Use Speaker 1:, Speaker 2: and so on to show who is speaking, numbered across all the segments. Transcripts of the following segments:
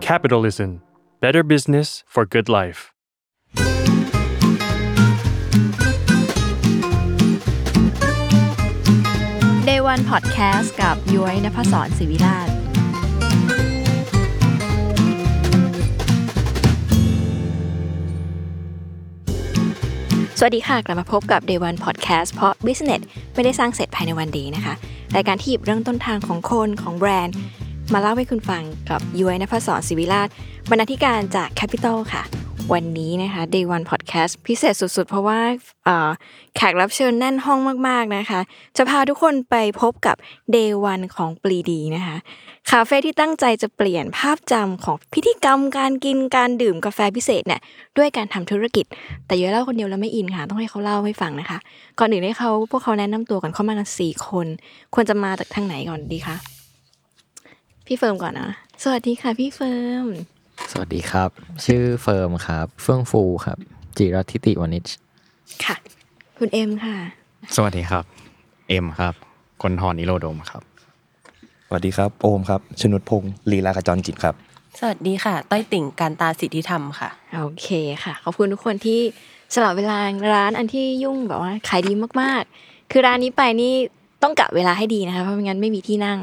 Speaker 1: Capitalism Better Business for Good Life.
Speaker 2: Day One Podcast กับย้อยนภศรศิวิราช สวัสดีค่ะ กลับมาพบกับ Day One Podcast เพราะ Business ไม่ได้สร้างเสร็จภายในวันเดียวนะคะ รายการที่หยิบเรื่องต้นทางของคนของแบรนด์ มาเล่าให้คุณฟังกับย้อยนภศรศิวิราชบรรณาธิการจาก Capital ค่ะ วันนี้นะคะ Day One Podcast พิเศษสุดๆ เพราะว่าเอ่อแขกรับเชิญแน่นห้องมากๆนะคะ จะพาทุกคนไปพบกับ Day One ของปรีดีนะคะ คาเฟ่ที่ตั้งใจจะเปลี่ยนภาพจำของพิธีกรรมการกินการดื่มกาแฟพิเศษเนี่ยด้วยการทำธุรกิจ แต่ย้อยเล่าคนเดียวแล้วไม่อินค่ะ ต้องให้เขาเล่าให้ฟังนะคะ ก่อนอื่นให้เขาพวกเขาแนะนำตัวก่อนเข้ามากันสี่คน ควรจะมาจากทางไหนก่อนดีคะพี่เฟิร์มก่อนนะสวัสดีค่ะพี่เฟิร์ม
Speaker 3: สวัสดีครับ ชื่อเฟิร์มครับ เฟื่องฟูครับ จิรทิติวณิช
Speaker 2: ค่ะ คุณเอ็มค่ะ
Speaker 4: สวัสดีครับ เอ็มครับ คนทอนนิโรดมครับ
Speaker 5: สวัสดีครับ โอมครับ ชนุดพงศ์ลีลาขจรจิตครับ
Speaker 6: สวัสดีค่ะ ต้อยติ่งการตาสิทธิธรรมค่ะ
Speaker 2: โอเคค่ะ ขอบคุณทุกคนที่สละเวลาร้านอันที่ยุ่งแบบว่าขายดีมากๆ คือร้านนี้ไปนี่ต้องกะเวลาให้ดีนะคะ เพราะไม่งั้นไม่มีที่นั่ง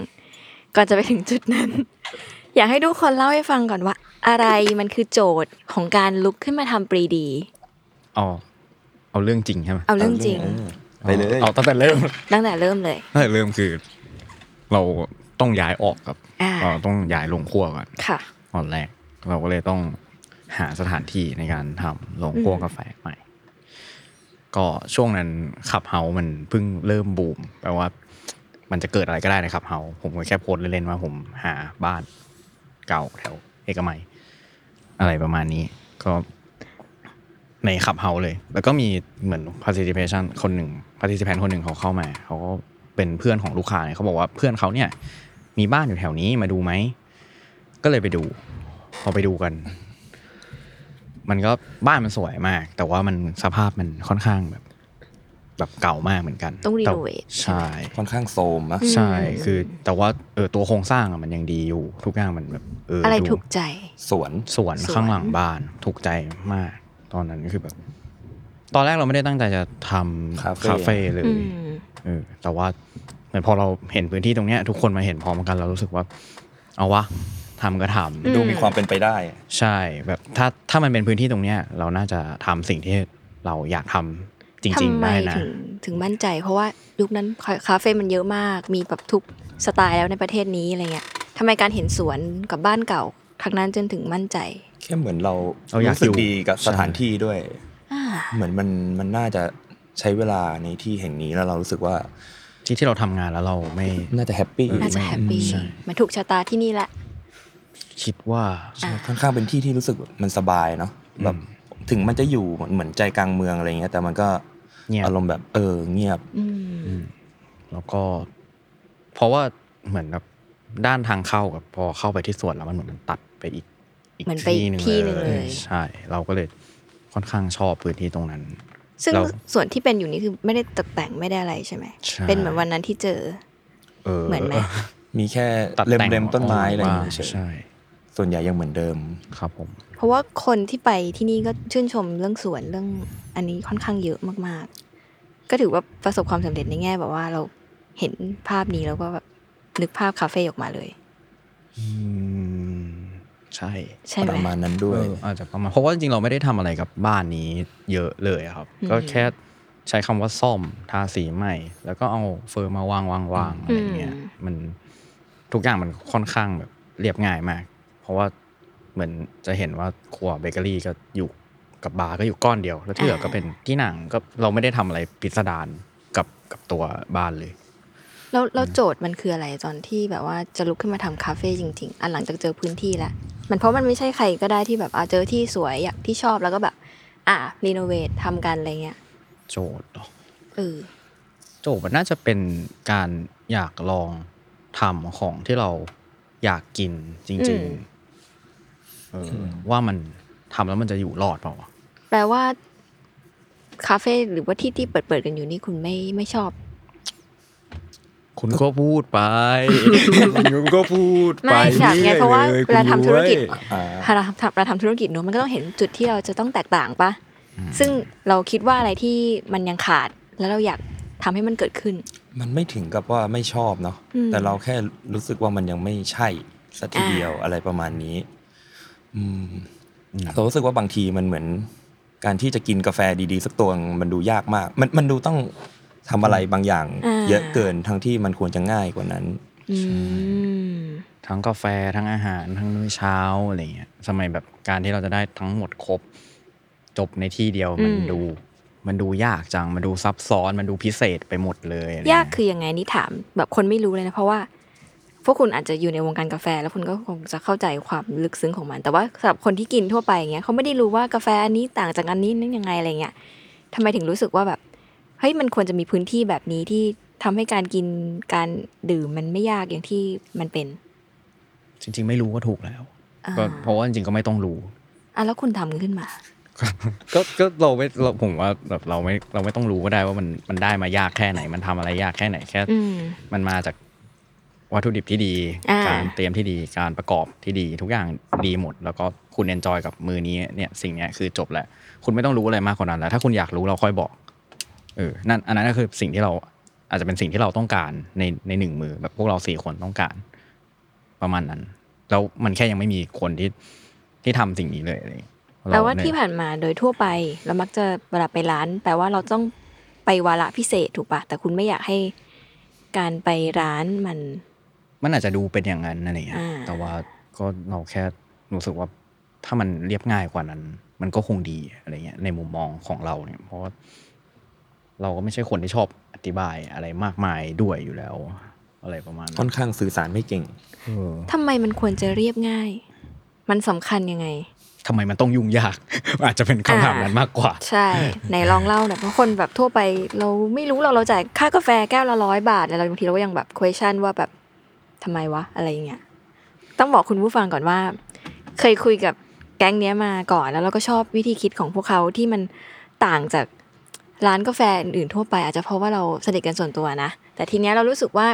Speaker 2: ก่อนจะไปถึงจุดนั้น อยากให้ทุกคนเล่าให้ฟังก่อนว่า อะไรมันคือโจทย์ของการลุกขึ้นมาทำปรีดี
Speaker 4: เอาเอาเรื่องจริงใช่ไหม
Speaker 2: เอาเรื่องจริง
Speaker 5: ไปเลย
Speaker 4: เอาตั้งแต่เริ่ม
Speaker 2: ตั้งแต่เริ่มเลย
Speaker 4: ตั้งแต่เริ่มคือ เราต้องย้ายออกครับ
Speaker 2: อ่า
Speaker 4: เราต้องย้ายลงครัวก่อน
Speaker 2: ค่ะ
Speaker 4: ตอนแรก เราก็เลยต้องหาสถานที่ในการทำลงครัวกาแฟใหม่ ก็ช่วงนั้นขับเฮามันเพิ่งเริ่มบูมแปลว่า มันจะเกิดอะไรก็ได้ในขับเฮาผมก็แค่โพสต์เล่นๆว่าผมหาบ้านเก่าแถวเอกมัย อะไรประมาณนี้ ก็ในขับเฮาเลย แล้วก็มีเหมือน participation คนหนึ่ง participant คนหนึ่งเขาเข้ามา เขาก็เป็นเพื่อนของลูกค้าเนี่ยเขาบอกว่าเพื่อนเขาเนี่ย มีบ้านอยู่แถวนี้มาดูไหม ก็เลยไปดู พอไปดูกัน มันก็บ้านมันสวยมาก แต่ว่ามันสภาพมันค่อนข้างแบบ แบบเก่ามากเหมือนกัน
Speaker 2: ต้องรีโนเวท
Speaker 4: ใช่
Speaker 5: ค่อนข้างโซมนะ
Speaker 4: ใช่ คือแต่ว่าเออตัวโครงสร้างอะมันยังดีอยู่ ทุกอย่างมันแบบเออ
Speaker 2: อะไร
Speaker 4: ดู
Speaker 2: ถูกใจ
Speaker 5: สวน
Speaker 4: สวน
Speaker 2: สวน
Speaker 4: ข้างหลังบ้านถูกใจมาก ตอนนั้นคือแบบ ตอนแรกเราไม่ได้ตั้งใจจะทำคาเฟ่เลย
Speaker 2: อืม
Speaker 4: เออแต่ว่าเหมือนพอเราเห็นพื้นที่ตรงเนี้ย ทุกคนมาเห็นพร้อมกันเรารู้สึกว่า เอาวะทำก็ทำ
Speaker 5: ดูมีความเป็นไปได้
Speaker 4: ใช่ แบบถ้าถ้ามันเป็นพื้นที่ตรงเนี้ย เราน่าจะทำสิ่งที่เราอยากทำจริง
Speaker 2: ทำ
Speaker 4: ๆ
Speaker 2: ไม
Speaker 4: ได้นะ
Speaker 2: ถึงถึงมั่นใจ เพราะว่ายุคนั้นคาคาเฟ่มันเยอะมาก มีแบบทุกสไตล์แล้วในประเทศนี้อะไรเงี้ยทำไมการเห็นสวนกับบ้านเก่าครั้งนั้นจนถึงมั่นใจ
Speaker 5: แค่เหมือนเรา
Speaker 4: เราอยาก
Speaker 5: รู้
Speaker 4: อ
Speaker 5: สึ
Speaker 4: ยู่
Speaker 5: กดีกับ
Speaker 4: ใช่
Speaker 5: สถานที่ด้วย
Speaker 2: อ่า
Speaker 5: เหมือนมันมันน่าจะใช้เวลาในที่แห่งนี้แล้วเรารู้สึกว่า
Speaker 4: ที่ที่เราทำงานแล้วเราไม่
Speaker 5: น่าจะแฮปปี้
Speaker 2: น่าจะแฮปปี้
Speaker 4: ใช่
Speaker 2: มันถูกชะตาที่นี่แหละ
Speaker 4: คิดว่า
Speaker 5: ค่อนข้างเป็นที่ที่รู้สึกแบบมันสบายเนาะแบบถึงมันจะอยู่เหมือนเหมือนใจกลางเมืองอะไรเงี้ย แต่มันก็
Speaker 4: เงียบ
Speaker 5: อารมณ์แบบเออเงียบ
Speaker 2: อืม
Speaker 4: แล้วก็ เพราะว่าเหมือนแบบด้านทางเข้ากับพอเข้าไปที่สวนแล้วมันเหมือนมันตัดไปอีกอีก
Speaker 2: เหมือนไป
Speaker 4: ที่
Speaker 2: อีกที่หนึ่งเลย
Speaker 4: ใช่ เราก็เลยค่อนข้างชอบพื้นที่ตรงนั้น
Speaker 2: ซึ่ง
Speaker 4: เรา
Speaker 2: ส่วนที่เป็นอยู่นี่คือไม่ได้ตกแต่งไม่ได้อะไรใช่ไหม
Speaker 4: ใช่
Speaker 2: เป็นเหมือนวันนั้นที่เจอ
Speaker 4: เออ
Speaker 2: เหมือนไหม
Speaker 5: มีแค่
Speaker 4: ตัด
Speaker 5: เล็ม
Speaker 4: แต่ง
Speaker 5: เล็มต้นไม้อะไรอย่าง
Speaker 4: บ้าง
Speaker 5: เงี้ยเฉย
Speaker 4: ใช่
Speaker 5: ส่วนใหญ่ยังเหมือนเดิม
Speaker 4: ครับผม
Speaker 2: เพราะว่าคนที่ไปที่นี่ก็ชื่นชมเรื่องสวนเรื่องอันนี้ค่อนข้างเยอะมากๆ ก็ถือว่าประสบความสำเร็จในแง่แบบว่าเราเห็นภาพนี้แล้วก็แบบนึกภาพคาเฟ่ออกมาเลย
Speaker 4: อืมใช่
Speaker 2: ใช่ไห
Speaker 5: ป
Speaker 2: ม
Speaker 5: ระมาณนั้นด้วย
Speaker 4: เอออาจจะประมาณเพราะว่าจริงๆเราไม่ได้ทำอะไรกับบ้านนี้เยอะเลยอะครับ
Speaker 2: อืม
Speaker 4: ก็แค่ใช้คำว่าซ่อมทาสีใหม่ แล้วก็เอาเฟอร์มมาวางวางวางอะไรอย่างเงี้ย
Speaker 2: อืม
Speaker 4: มันทุกอย่างมันค่อนข้างแบบเรียบง่ายมาก เพราะว่าเหมือนจะเห็นว่าครัวเบเกอรี่ก็อยู่กับบาร์ก็อยู่ก้อนเดียว แล้วที่เหลือก็เป็นที่นั่งก็เราไม่ได้ทำอะไรพิสดารกับกับตัวบ้านเลย
Speaker 2: แล้วแล้วโจทย์มันคืออะไรตอนที่แบบว่าจะลุกขึ้นมาทำคาเฟ่จริง ๆ อันหลังจากเจอพื้นที่แล้วมันเพราะมันไม่ใช่ใครก็ได้ที่แบบอ่าเจอที่สวยอยากที่ชอบแล้วก็แบบ อ่ะรีโนเวททำกันอะไรเงี้ย
Speaker 4: โจทย์เหรอ
Speaker 2: เออ
Speaker 4: โจทย์มันน่าจะเป็นการอยากลองทำของที่เราอยากกินจริง
Speaker 2: อืม
Speaker 4: ๆเออว่ามันทำแล้วมันจะอยู่รอดเปล่าวะ
Speaker 2: แปลว่าคาเฟ่หรือว่าที่ที่เปิดเปิดๆกันอยู่นี่คุณไม่ไม่ชอบ
Speaker 4: คุณก็พูดไป คุณก็พูดไป
Speaker 2: ไม่อยากไงเพราะว่าเวลาทำธุรกิจ
Speaker 5: อ่า
Speaker 2: เวลาทำเราทำธุรกิจเนอะมันก็ต้องเห็นจุดที่เราจะต้องแตกต่างปะซึ่งเราคิดว่าอะไรที่มันยังขาดแล้วเราอยากทำให้มันเกิดขึ้น
Speaker 5: มันไม่ถึงกับว่าไม่ชอบเนาะ
Speaker 2: อืม
Speaker 5: แต่เราแค่รู้สึกว่ามันยังไม่ใช่สักที
Speaker 2: อ่า
Speaker 5: เดียวอะไรประมาณนี้ อืมเรารู้สึกว่าบางทีมันเหมือน การที่จะกินกาแฟดีๆ สักตัวมันดูยากมาก มันมันดูต้องทำอะไรบางอย่าง
Speaker 2: อ่า
Speaker 5: เยอะเกินทั้งที่มันควรจะง่ายกว่านั้น
Speaker 2: อืม
Speaker 4: ทั้งกาแฟทั้งอาหารทั้งมื้อเช้าอะไรเงี้ยสมัยแบบการที่เราจะได้ทั้งหมดครบ จบในที่เดียวมันดู มันดูยากจังมันดูซับซ้อนมันดูพิเศษไปหมดเลยอะไรเงี้
Speaker 2: ยากคือยังไงนี่ถามแบบคนไม่รู้เลยนะ เพราะว่า พวกคุณอาจจะอยู่ในวงการกาแฟ แล้วคุณก็คงจะเข้าใจความลึกซึ้งของมัน แต่ว่าสำหรับคนที่กินทั่วไปอย่างเงี้ยเขาไม่ได้รู้ว่ากาแฟอันนี้ต่างจากอันนี้นั่นยังไงอะไรเงี้ยทำไมถึงรู้สึกว่าแบบเฮ้ยมันควรจะมีพื้นที่แบบนี้ที่ทำให้การกินการดื่มมันไม่ยากอย่างที่มันเป็น
Speaker 4: จริงๆ ไม่รู้ก็ถูกแล้ว
Speaker 2: อ่า
Speaker 4: ก็เพราะว่าจริงๆ ก็ไม่ต้องรู้
Speaker 2: อ่ะแล้วคุณทำมันขึ้นมา
Speaker 4: ก็ก็เราไม่เราผมว่าแบบเราไม่เราไม่ต้องรู้ก็ได้ว่ามันมันได้มายากแค่ไหน มันทำอะไรยากแค่ไหนแค่
Speaker 2: อืม
Speaker 4: มันมาจากวัตถุดิบที่ดี
Speaker 2: อ่า
Speaker 4: การเตรียมที่ดีการประกอบที่ดี ทุกอย่างดีหมด แล้วก็คุณเอนจอยกับมือนี้เนี่ยสิ่งเนี้ยคือจบแล้วคุณไม่ต้องรู้อะไรมากกว่านั้นแล้วถ้าคุณอยากรู้เราค่อยบอกเออนั่นอันนั้นก็คือสิ่งที่เราอาจจะเป็นสิ่งที่เราต้องการในในหนึ่งมือแบบพวกเราสี่คนต้องการ ประมาณนั้นแล้วมันแค่ยังไม่มีคนที่ที่ทำสิ่งนี้เลยอะไรอย่างเงี้ย
Speaker 2: แปลว่า
Speaker 4: เรเนี่ย
Speaker 2: ที่ผ่านมาโดยทั่วไปเรามักจะเวลาไปร้าน แปลว่าเราต้องไปวาระพิเศษถูกปะแต่คุณไม่อยากให้การไปร้านมัน
Speaker 4: มันอาจจะดูเป็นอย่างนั้นอะไรเงี้ย
Speaker 2: อ่า
Speaker 4: แต่ว่าก็เราแค่รู้สึกว่าถ้ามันเรียบง่ายกว่านั้น มันก็คงดีอะไรเงี้ย ในมุมมองของเราเนี่ย เพราะว่าเราก็ไม่ใช่คนที่ชอบอธิบายอะไรมากมายด้วยอยู่แล้ว อะไรประมาณ
Speaker 5: ค่
Speaker 4: นั้
Speaker 5: อน นข้างสื่อสารไม่เก่ง
Speaker 4: เออ
Speaker 2: ทำไมมันควรจะเรียบง่าย มันสำคัญยังไง
Speaker 4: ทำไมมันต้องยุ่งยาก อาจจะเป็นคำถามนั้นมากกว่า
Speaker 2: ใช่ ในลองเล่าหน่อยเพราะคนแบบทั่วไปเราไม่รู้เราเราจ่ายค่ากาแฟแก้วละร้อยบาทแล้วเราบางทีเราก็ยังแบบ question ว่าแบบทำไมวะอะไรอย่างเงี้ยต้องบอกคุณผู้ฟังก่อนว่า เคยคุยกับแก๊งเนี้ยมาก่อนแล้วเราก็ชอบวิธีคิดของพวกเขาที่มันต่างจากร้านกาแฟอื่นๆทั่วไป อาจจะเพราะว่าเราสนิทกันส่วนตัวนะแต่ทีเนี้ยเรารู้สึกว่า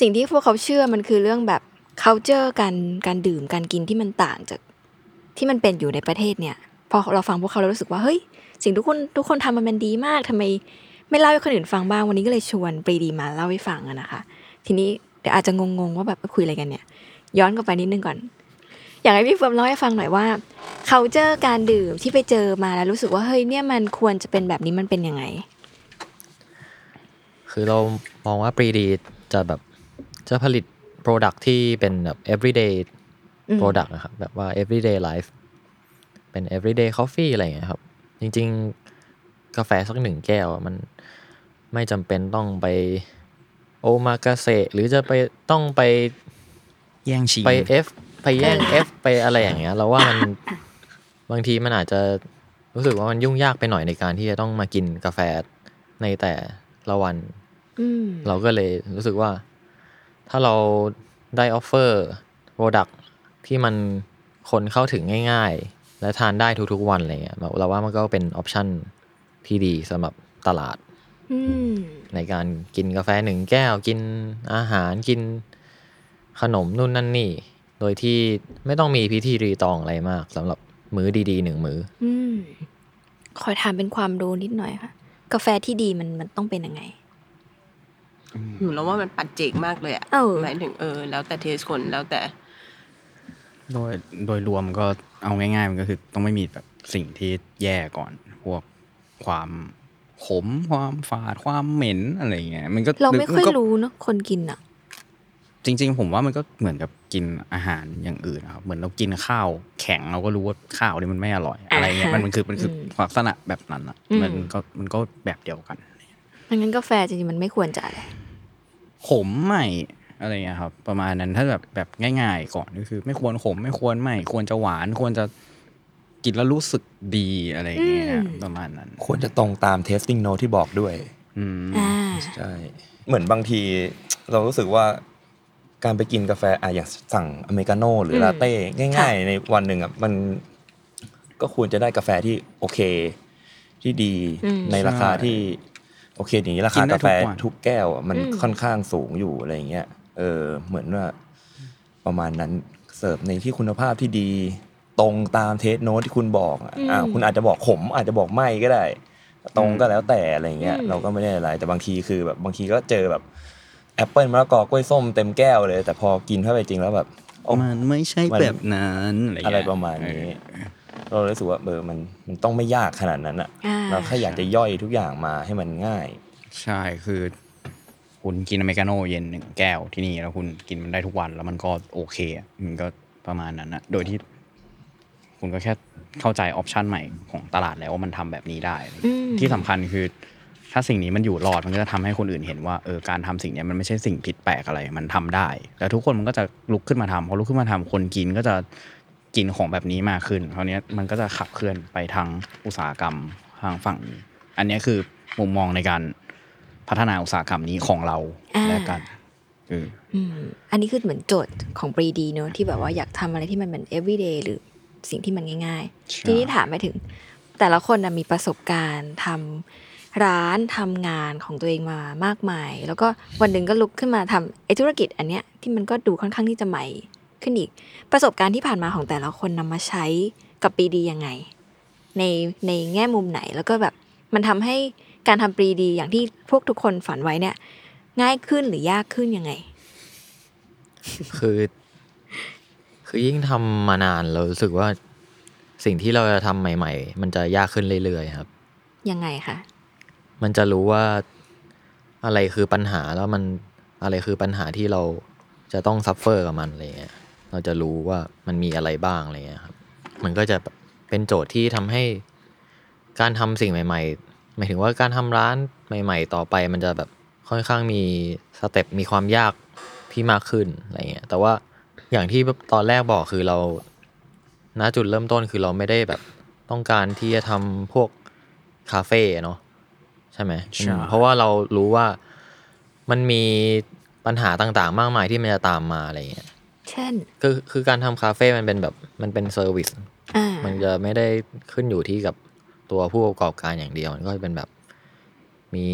Speaker 2: สิ่งที่พวกเขาเชื่อมันคือเรื่องแบบ culture การการดื่มการกินที่มันต่างจาก ที่มันเป็นอยู่ในประเทศเนี่ย พอเราฟังพวกเขาเรารู้สึกว่าเฮ้ย สิ่งทุกคนทุกคนทำมันมันดีมากทำไม ไม่เล่าให้คนอื่นฟังบ้างวันนี้ก็เลยชวนปรีดีมาเล่าให้ฟังอะนะคะ ทีนี้เดี๋ยวอาจจะงงๆว่าแบบคุยอะไรกันเนี่ย ย้อนกลับไปนิดนึงก่อน อยากให้พี่เฟิร์มเล่าให้ฟังหน่อยว่า c u เจอการดื่มที่ไปเจอมาแล้วรู้สึกว่าเฮ้ยเนี่ยมันควรจะเป็นแบบนี้มันเป็นยังไง
Speaker 3: คือเรามองว่าปรีดีจะแบบจะผลิต Product ที่เป็นแบบ everyday
Speaker 2: อืม
Speaker 3: Product นะครับ แบบว่า everyday life เป็น everyday coffee อะไรอย่างเงี้ยครับ จริงๆ กาแฟสักหนึ่งแก้วอะมันไม่จำเป็นต้องไปโอมากาเซหรือจะไปต้องไป
Speaker 4: แย่งชิง
Speaker 3: ไป F ไปแย่ง F ไปอะไรอย่างเงี้ยเราว่ามัน บางทีมันอาจจะรู้สึกว่ามันยุ่งยากไปหน่อยในการที่จะต้องมากินกาแฟในแต่ละวัน
Speaker 2: อืม
Speaker 3: เราก็เลยรู้สึกว่า ถ้าเราได้ออฟเฟอร์โปรดักที่มันคนเข้าถึงง่ายๆ และทานได้ทุกๆวันอะไรเงี้ยเราว่ามันก็เป็นออปชันที่ดีสำหรับตลาด
Speaker 2: อืม
Speaker 3: ในการกินกาแฟหนึ่งแก้วกินอาหารกินขนมนู่นนั่นนี่ โดยที่ไม่ต้องมีพิธีรีตองอะไรมากสำหรับมื้อดีๆหนึ่งมื้อ
Speaker 2: อืม ขอถามเป็นความรู้นิดหน่อยค่ะ กาแฟที่ดีมันมันต้องเป็นยังไง
Speaker 6: หนูแล้วว่ามันปัจเจกมากเลยอะ
Speaker 2: เออ
Speaker 6: หมายถึงเออ แล้วแต่เทสคนแล้วแต่
Speaker 4: โดยโดยรวมก็เอาง่ายๆ มันก็คือต้องไม่มีแบบสิ่งที่แย่ก่อน พวกความขมความฝาดความเหม็นอะไรอย่างเงี้ยมันก็
Speaker 2: เราไม่ค่อย
Speaker 4: นก็
Speaker 2: รู้เนาะคนกินอ่ะ
Speaker 4: จริง ๆ ผมว่ามันก็เหมือนกับกินอาหารอย่างอื่นนะครับเหมือนเรากินข้าวแข็งเราก็รู้ว่าข้าวนี่มันไม่อร่อย อะไรเงี้ยมันมันคือมันคือ
Speaker 2: อืม
Speaker 4: ลักษณะแบบนั้นอ่ะ
Speaker 2: อืม
Speaker 4: มันก็มันก็แบบเดียวกัน
Speaker 2: งั้นกาแฟจริงๆมันไม่ควรจะอะไร
Speaker 4: ขมใหม่อะไรเงี้ยครับ ประมาณนั้นถ้าแบบแบบง่าย ๆ ก่อนก็คือ ไม่ควรขมไม่ควรใหม่ควรจะหวานควรจะกินแล้วรู้สึกดีอะไรเงี้ย
Speaker 2: อืม
Speaker 4: ประมาณนั้น
Speaker 5: ควรจะตรงตาม tasting note ที่บอกด้วย
Speaker 4: อืม
Speaker 2: อ่า
Speaker 5: ใช่ เหมือนบางที เรารู้สึกว่าการไปกินกาแฟอ่ะอย่างสั่งอเมริกาโน่หรือ
Speaker 2: ม
Speaker 5: ลาเต้ง่าย
Speaker 2: ค่ะ
Speaker 5: ๆ ในวันหนึ่งอ่ะมันก็ควรจะได้กาแฟที่โอเค ที่ดีในราคาที่ โอเคอย่างนี้ราคากาแฟทุกแก้วอ่ะมันค่อนข้างสูงอยู่อะไรอย่างเงี้ยเออเหมือนว่าประมาณนั้นเสิร์ฟในที่คุณภาพที่ดี ตรงตามเทสโน้ตที่คุณบอกอ่ะอ่าคุณอาจจะบอกขมอาจจะบอกไม่ก็ได้ ตรงก็แล้วแต่อะไรอย่างเงี้ย
Speaker 2: อืม
Speaker 5: เราก็ไม่ได้อะไร แต่บางทีคือแบบบางทีก็เจอแบบแอปเปิลมะละกอกล้วยส้มเต็มแก้วเลย แต่พอกินเข้าไปจริงแล้วแบบโอ้
Speaker 4: มันไม่ใช่แบบนั้นอะไร
Speaker 5: อะไร
Speaker 4: เงี้ย
Speaker 5: ประมาณนี้เรารู้สึกว่าเออมันมันต้องไม่ยากขนาดนั้นอ่ะ
Speaker 2: อ่า
Speaker 5: เราแค่อยากจะย่อยทุกอย่างมาให้มันง่าย
Speaker 4: ใช่คือ คุณกินอเมริกาโน่เย็นหนึ่งแก้วที่นี่แล้วคุณกินมันได้ทุกวันแล้วมันก็โอเคอะมันก็ประมาณนั้นนะโดยที่ คุณก็แค่เข้าใจออปชันใหม่ของตลาดแล้วว่ามันทำแบบนี้ได้
Speaker 2: อืม
Speaker 4: ที่สำคัญคือ ถ้าสิ่งนี้มันอยู่รอดมันก็จะทำให้คนอื่นเห็นว่าเออการทำสิ่งเนี้ยมันไม่ใช่สิ่งผิดแปลกอะไรมันทำได้ แล้วทุกคนมันก็จะลุกขึ้นมาทำพอลุกขึ้นมาทำคนกินก็จะกินของแบบนี้มากขึ้นคราวเนี้ยมันก็จะขับเคลื่อนไปทางอุตสาหกรรมทางฝั่งนี้อันเนี้ยคือมุมมองในการพัฒนาอุตสาหกรรมนี้ของเรา
Speaker 2: อ่า
Speaker 4: และกันเออ
Speaker 2: อืมอันนี้คือเหมือนโจทย์ของปรีดีเนอะที่แบบว่าอยากทำอะไรที่มันเหมือน everyday หรือสิ่งที่มันง่าย
Speaker 4: ใช่
Speaker 2: ๆ ทีนี้ถามไปถึง แต่ละคนนะมีประสบการณ์ทำร้านทำงานของตัวเองมามากมาย แล้วก็วันหนึ่งก็ลุกขึ้นมาทำไอธุรกิจอันเนี้ยที่มันก็ดูค่อนข้างที่จะใหม่ขึ้นอีก ประสบการณ์ที่ผ่านมาของแต่ละคนนำมาใช้กับปรีดียังไง ในในแง่มุมไหนแล้วก็แบบมันทำให้การทำปรีดีอย่างที่พวกทุกคนฝันไว้เนี่ย ง่ายขึ้นหรือยากขึ้นยังไง
Speaker 3: คือ คือยิ่งทำมานานเรารู้สึกว่าสิ่งที่เราจะทำใหม่ ๆ มันจะยากขึ้นเรื่อยๆครับ
Speaker 2: ยังไงคะ
Speaker 3: มันจะรู้ว่าอะไรคือปัญหาแล้วมันอะไรคือปัญหาที่เราจะต้องซัฟเฟอร์กับมันอะไรเงี้ยเราจะรู้ว่ามันมีอะไรบ้างอะไรเงี้ยครับ มันก็จะเป็นโจทย์ที่ทำให้การทำสิ่งใหม่ ๆ หมายถึงว่าการทำร้านใหม่ ๆ ต่อไป มันจะแบบค่อนข้างมีสเต็ปมีความยากที่มากขึ้นอะไรเงี้ยแต่ว่าอย่างที่ตอนแรกบอกคือเรา ณจุดเริ่มต้นคือเราไม่ได้แบบต้องการที่จะทำพวกคาเฟ่เนาะใช่ไหม
Speaker 4: ใช่
Speaker 3: อืมเพราะว่าเรารู้ว่ามันมีปัญหาต่างๆ มากมายที่มันจะตามมาอะไรเงี้ย
Speaker 2: เช่น
Speaker 3: คือคือการทำคาเฟ่มันเป็นแบบมันเป็นเซอร์วิส
Speaker 2: อ่า
Speaker 3: มันจะไม่ได้ขึ้นอยู่ที่กับตัวผู้ประกอบการอย่างเดียว มันก็เป็นแบบมี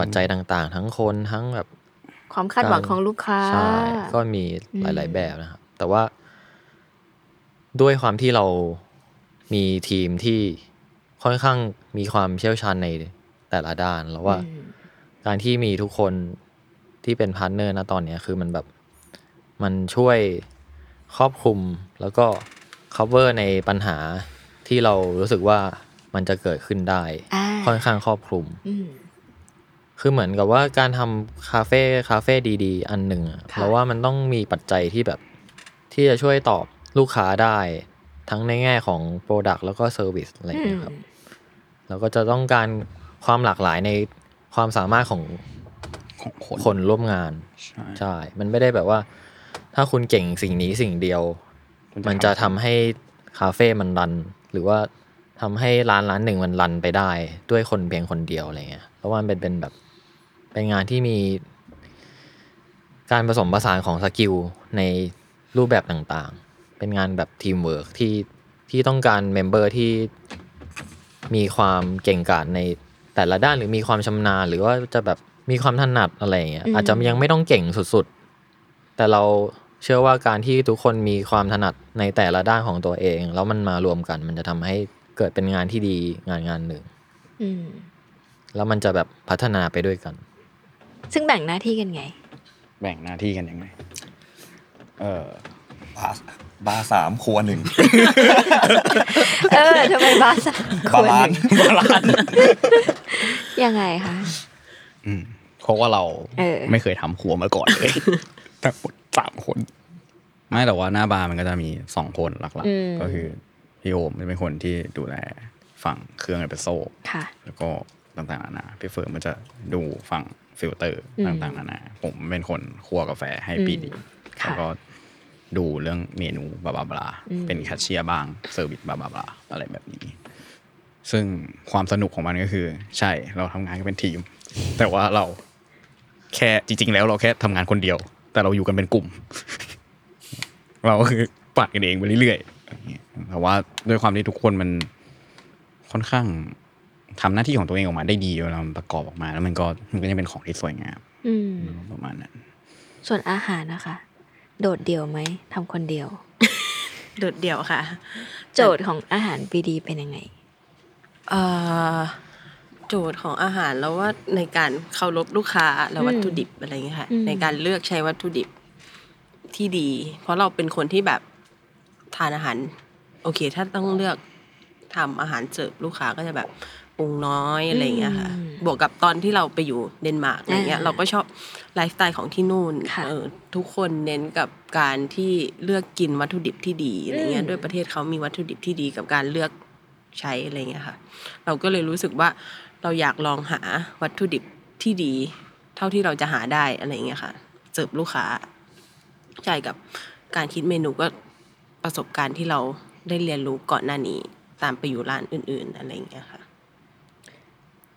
Speaker 3: ปัจจัยต่างๆ ทั้งคนทั้งแบบ
Speaker 2: ความคาดหวังของลูกค้า
Speaker 3: ใช่ ก็มีหลาย ๆ แบบนะครับ แต่ว่าด้วยความที่เรามีทีมที่ค่อนข้างมีความเชี่ยวชาญในแต่ละด้าน แล้วว่า
Speaker 2: อืม
Speaker 3: การที่มีทุกคนที่เป็นพาร์ทเนอร์นะตอนเนี้ยคือมันแบบมันช่วยครอบคลุมแล้วก็ cover ในปัญหาที่เรารู้สึกว่ามันจะเกิดขึ้นได้
Speaker 2: อ่า
Speaker 3: ค่อนข้างครอบคลุม
Speaker 2: อืม
Speaker 3: คือเหมือนกับว่าการทำคาเฟ่คาเฟ่ดีๆ อันหนึ่งอะ
Speaker 2: ค่ะ
Speaker 3: เราว่ามันต้องมีปัจจัยที่แบบที่จะช่วยตอบลูกค้าได้ ทั้งในแง่ของ Product แล้วก็ Service อะไรอย่างเงี้ยครับแล้วก็จะต้องการความหลากหลายในความสามารถของ
Speaker 4: ของคน
Speaker 3: คนร่วมงาน
Speaker 4: ใช่
Speaker 3: ใช่ มันไม่ได้แบบว่า ถ้าคุณเก่งสิ่งนี้สิ่งเดียว
Speaker 4: คุณ
Speaker 3: มันจะทำให้คาเฟ่มันรัน หรือว่าทำให้ร้านร้านหนึ่งมันรันไปได้ด้วยคนเพียงคนเดียวอะไรเงี้ยเพราะว่ามันเป็นเป็นแบบเป็นงานที่มี การผสมผสานของสกิลในรูปแบบต่างๆ เป็นงานแบบทีมเวิร์กที่ที่ต้องการเมมเบอร์ที่มีความเก่งกาจในแต่ละด้านหรือมีความชำนาญ หรือว่าจะแบบมีความถนัดอะไรอย่างเงี้ย
Speaker 2: อืม
Speaker 3: อาจจะยังไม่ต้องเก่งสุดๆ แต่เราเชื่อว่าการที่ทุกคนมีความถนัดในแต่ละด้านของตัวเอง แล้วมันมารวมกัน มันจะทำให้เกิดเป็นงานที่ดีงานงานหนึ่ง
Speaker 2: อืม
Speaker 3: แล้วมันจะแบบพัฒนาไปด้วยกัน
Speaker 2: ซึ่งแบ่งหน้าที่กันไง
Speaker 4: แบ่งหน้าที่กันยังไง เออบ
Speaker 5: าร์สามครัวหนึ่ง
Speaker 2: เออทำไมบ้าสะ
Speaker 5: บาลานซ์บาลานซ์
Speaker 2: ยังไงคะ
Speaker 4: อืมเพราะว่าเรา
Speaker 2: เออ
Speaker 4: ไม่เคยทำครัวมาก่อน เลยทั้งหมดสามคน ไม่แต่ว่าหน้าบาร์มันก็จะมีสองคนหลัก
Speaker 2: อืม
Speaker 4: ๆ ก็คือพี่โอมจะเป็นคนที่ดูแลฝั่งเครื่องเอสเปรสโซ่
Speaker 2: ค่ะ
Speaker 4: แล้วก็ต่างๆนานาพี่เฟิร์มมันจะดูฝั่งฟิลเตอร์
Speaker 2: อืม
Speaker 4: ต่างๆนานาผมเป็นคนคั่วกาแฟให้ปีนี้
Speaker 2: ค่ะ
Speaker 4: แล้วก็ดูเรื่องเมนูบลาบลา
Speaker 2: อืม
Speaker 4: เป็นแคชเชียร์บ้างเซอร์วิสบลาบลาอะไรแบบนี้ ซึ่งความสนุกของมันก็คือ ใช่เราทำงานกันเป็นทีม แต่ว่าเราแค่จริง ๆ แล้วเราแค่ทำงานคนเดียว แต่เราอยู่กันเป็นกลุ่ม เราก็คือปัดกันเองไปเรื่อยๆอะไรอย่างเงี้ยแต่ว่าด้วยความที่ทุกคนมันค่อนข้างทำหน้าที่ของตัวเองออกมาได้ดีเวลามันประกอบออกมา แล้วมันก็มันก็จะเป็นของที่สวยงาม
Speaker 2: อืม
Speaker 4: ประมาณนั้น
Speaker 2: ส่วนอาหารนะคะ โดดเดี่ยวไหมทำคนเดียว
Speaker 6: โดดเดี่ยวค่ะ
Speaker 2: โจทย์ของอาหารปีดีเป็นยังไง
Speaker 6: เอ่อโจทย์ของอาหารแล้วว่าในการเคารพลูกค้าและ
Speaker 2: อืม
Speaker 6: วัตถุดิบอะไรอย่างเงี้ยค่ะ
Speaker 2: อืม
Speaker 6: ในการเลือกใช้วัตถุดิบที่ดี เพราะเราเป็นคนที่แบบทานอาหาร โอเค ถ้าต้องเลือกทำอาหารเสิร์ฟลูกค้าก็จะแบบปรุงน้อยอะไรอย่างเงี้ยค่ะบวกกับตอนที่เราไปอยู่เดนมาร์กอะไรเงี้ย
Speaker 2: อ่า
Speaker 6: เราก็ชอบไลฟ์สไตล์ของที่นู่น
Speaker 2: ค่ะ
Speaker 6: เออทุกคนเน้นกับการที่เลือกกินวัตถุดิบที่ดีอะไรเงี้ยด้วยประเทศเขามีวัตถุดิบที่ดีกับการเลือกใช้อะไรเงี้ยค่ะ เราก็เลยรู้สึกว่าเราอยากลองหาวัตถุดิบที่ดี เท่าที่เราจะหาได้อะไรอย่างเงี้ยค่ะเสิร์ฟลูกค้าใช่กับการคิดเมนูก็ประสบการณ์ที่เราได้เรียนรู้ก่อนหน้านี้ตามไปอยู่ร้านอื่น ๆ อะไรอย่างเงี้ยค่ะ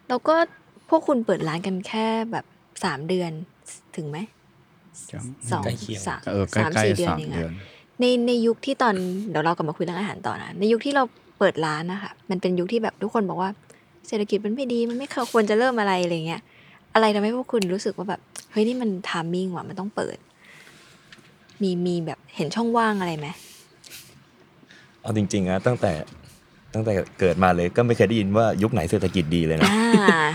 Speaker 2: แล้วก็พวกคุณเปิดร้านกันแค่แบบสามเดือนถึงไหม
Speaker 4: จัง
Speaker 2: สอง
Speaker 5: ใกล้เคียง
Speaker 2: สาม
Speaker 4: เออใก
Speaker 2: สาม
Speaker 4: ล้
Speaker 2: สี่
Speaker 4: ๆสาม
Speaker 2: เดือนเอง
Speaker 4: เดือ
Speaker 2: อะ
Speaker 4: น
Speaker 2: ในในยุคที่ตอนเดี๋ยวเรากลับมาคุยเรื่องอาหารต่อนะในยุคที่เราเปิดร้านนะคะมันเป็นยุคที่แบบทุกคนบอกว่า เศรษฐกิจมันไม่ดีมันไม่ควรจะเริ่มอะไรอะไรเงี้ยอะไรทำให้พวกคุณรู้สึกว่าแบบเฮ้ยนี่มันทามมิ่งว่ะมันต้องเปิด มีมีแบบเห็นช่องว่างอะไรไหม
Speaker 5: เอาจริงๆนะตั้งแต่ตั้งแต่เกิดมาเลยก็ไม่เคยได้ยินว่ายุคไหนเศรษฐกิจดีเลยนะ
Speaker 2: อ่า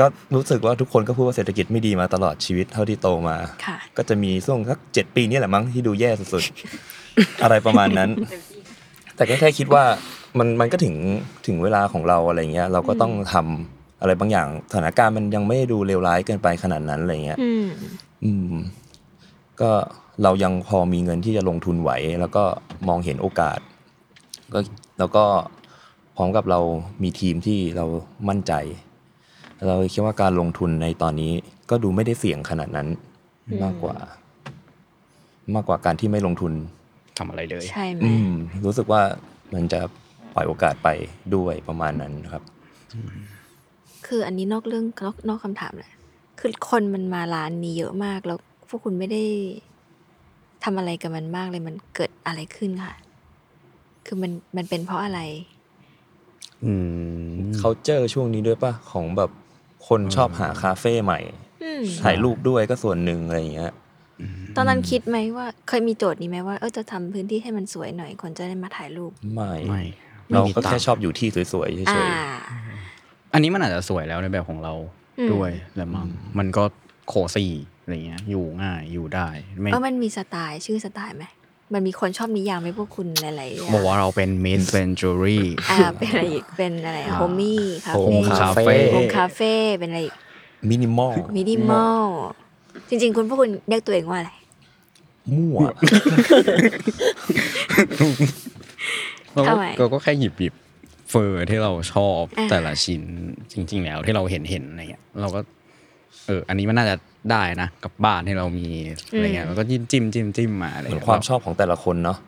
Speaker 5: ก็รู้สึกว่าทุกคนก็พูดว่าเศรษฐกิจไม่ดีมาตลอดชีวิตเท่าที่โตมา
Speaker 2: ค่ะ
Speaker 5: ก็จะมีช่วงสักเจ็ดปีนี่แหละมั้งที่ดูแย่สุดๆ อะไรประมาณนั้น แต่ก็แค่คิดว่ามันมันก็ถึงถึงเวลาของเราอะไรเงี้ย เราก็ต้องทำอะไรบางอย่างสถานการณ์มันยังไม่ได้ดูเลวร้ายเกินไปขนาดนั้นอะไรเงี้ย
Speaker 2: อืม
Speaker 5: อืม ก็เรายังพอมีเงินที่จะลงทุนไหว แล้วก็มองเห็นโอกาส ก็แล้วก็พร้อมกับเรามีทีมที่เรามั่นใจ เราคิดว่าการลงทุนในตอนนี้ ก็ดูไม่ได้เสี่ยงขนาดนั้น
Speaker 2: อืม
Speaker 5: มากกว่า มากกว่าการที่ไม่ลงทุน
Speaker 4: ทำอะไรเลย
Speaker 2: ใช่ไหม
Speaker 5: อืม รู้สึกว่ามันจะปล่อยโอกาสไปด้วยประมาณนั้นครับ
Speaker 2: คืออันนี้นอกเรื่องนอกนอกคำถามแหละคือคนมันมาร้านนี้เยอะมากแล้วพวกคุณไม่ได้ทำอะไรกับมันมากเลยมันเกิดอะไรขึ้นค่ะ คือมันมันเป็นเพราะอะไร
Speaker 4: อืม
Speaker 5: เขาเจอช่วงนี้ด้วยป่ะ ของแบบคนชอบหาคาเฟ่ใหม่
Speaker 2: อืม
Speaker 5: ถ่ายรูปด้วยก็ส่วนหนึ่งอะไรอย่างเงี้ย
Speaker 2: ตอนนั้นคิดไหมว่า เคยมีโจทย์นี้ไหมว่าเออจะทำพื้นที่ให้มันสวยหน่อยคนจะได้มาถ่ายรูป
Speaker 5: ไม่
Speaker 4: ไม่
Speaker 5: เรา
Speaker 4: ไม่มี
Speaker 5: ก็
Speaker 4: ตัง
Speaker 5: แค่
Speaker 4: ค์
Speaker 5: ชอบอยู่ที่สวยๆเฉ
Speaker 2: อ่า
Speaker 5: ย
Speaker 4: อันนี้มันอาจจะสวยแล้วในแบบของเรา
Speaker 2: อืม
Speaker 4: ด้วยแหละมั้งมันก็โคซี่อะไรเงี้ย อยู่ง่ายอยู่ได้ไม่
Speaker 2: เออมันมีสไตล์ชื่อสไตล์ไหมมันมีคนชอบนิยามให้พวกคุณหลายๆอย่าง
Speaker 4: บอกว่าเราเป็น mid century
Speaker 2: อ่าเป็นอะไรอีกเป็นอะไร
Speaker 4: อ่า
Speaker 2: โฮมี่คา
Speaker 5: ๆโฮ
Speaker 2: เฟ่
Speaker 5: มคาเฟ่
Speaker 2: โฮมคาเฟ่เป็นอะไรอีก
Speaker 5: มินิมอล
Speaker 2: มินิมอลจริงๆ คุณพวกคุณเรียกตัวเองว่าอะไร
Speaker 5: มั่ว
Speaker 4: เรา
Speaker 2: เอาไว้
Speaker 4: ก็เราก็แค่หยิบหยิบเฟอร์ที่เราชอบ
Speaker 2: อ่า
Speaker 4: แต่ละชิ้นจริง ๆ แล้วที่เราเห็นเห็นอะไรเงี้ยเราก็ เออ อันนี้มันน่าจะได้นะ กับบ้านที่เรามีอะไรเงี้ยเราก็จิ้มจิ้มจิ้มจิ้มมาอะไร
Speaker 5: เหมือน
Speaker 4: เงี้ย
Speaker 5: ความ
Speaker 4: เร
Speaker 5: ชอบของแต่ละคนเนาะ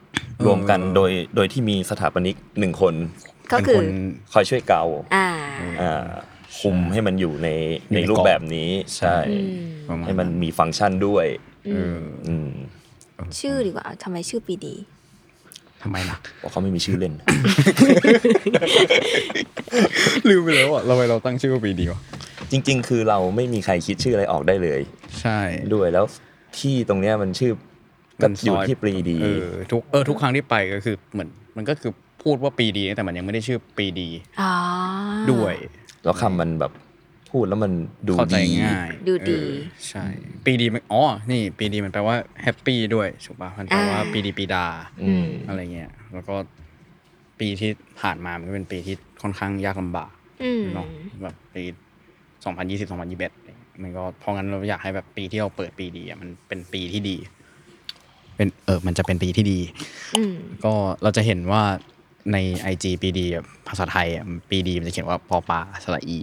Speaker 5: รวมกันโดยโดยที่มีสถาปนิกหนึ่งคน
Speaker 2: ก็คือ
Speaker 4: เป็นคน
Speaker 5: คอยช่วยเกา
Speaker 2: อ่า
Speaker 5: อ่าคุมให้มันอยู่ใน
Speaker 4: อยู่
Speaker 5: ใน
Speaker 4: ใน
Speaker 5: รู
Speaker 4: กร
Speaker 5: ป
Speaker 4: อบ
Speaker 5: แบบนี้ใช่
Speaker 2: อืม
Speaker 4: ประมาณ
Speaker 5: ให้มันมีฟังก์ชันด้วย
Speaker 4: เออ
Speaker 5: อืม
Speaker 2: ชื่อดีกว่าทำไมชื่อปีดี
Speaker 4: ทำไมล่ะ
Speaker 5: เพราะเขาไม่มีชื่อเล่น
Speaker 4: ลืมไปแล้วอ่ะเราไปเราตั้งชื่อว่าปีดีวะ
Speaker 5: จริง ๆ คือเราไม่มีใครคิดชื่ออะไรออกได้เลย
Speaker 4: ใช่
Speaker 5: ด้วยแล้วที่ตรงเนี้ยมันชื่อก็อยู่ที่ปรีดี
Speaker 4: เออทุกเออทุกครั้งที่ไปก็คือเหมือนมันก็คือพูดว่าปีดี แต่มันยังไม่ได้ชื่อปีดี
Speaker 2: อ๋อ
Speaker 4: ด้วย
Speaker 5: แล้วคำมันแบบ พูดแล้วมันดู
Speaker 4: เข้าใจ
Speaker 5: ดี
Speaker 4: ง่าย
Speaker 2: ดูดี
Speaker 4: เออใช่ ปีดีมันอ๋อ นี่ ปีดีมันแปลว่าแฮปปี้ด้วยถูกป่ะมันแปลว่า
Speaker 2: อ่า
Speaker 4: ปีดีปีดา
Speaker 5: อืม
Speaker 4: อะไรเงี้ย แล้วก็ปีที่ผ่านมามันก็เป็นปีที่ค่อนข้างยากลำบาก
Speaker 2: อืม
Speaker 4: เนาะแบบปีสองพันยี่สิบสองพันยี่สิบเอ็ดมันก็เพราะงั้นเราอยากให้แบบปีที่เราเปิดปีดีอะมันเป็นปีที่ดี เป็นเออ มันจะเป็นปีที่ดี
Speaker 2: อืม
Speaker 4: ก็เราจะเห็นว่าใน IG ปีดีอะภาษาไทยอะปีดีมันจะเขียนว่าปอปลาสระอี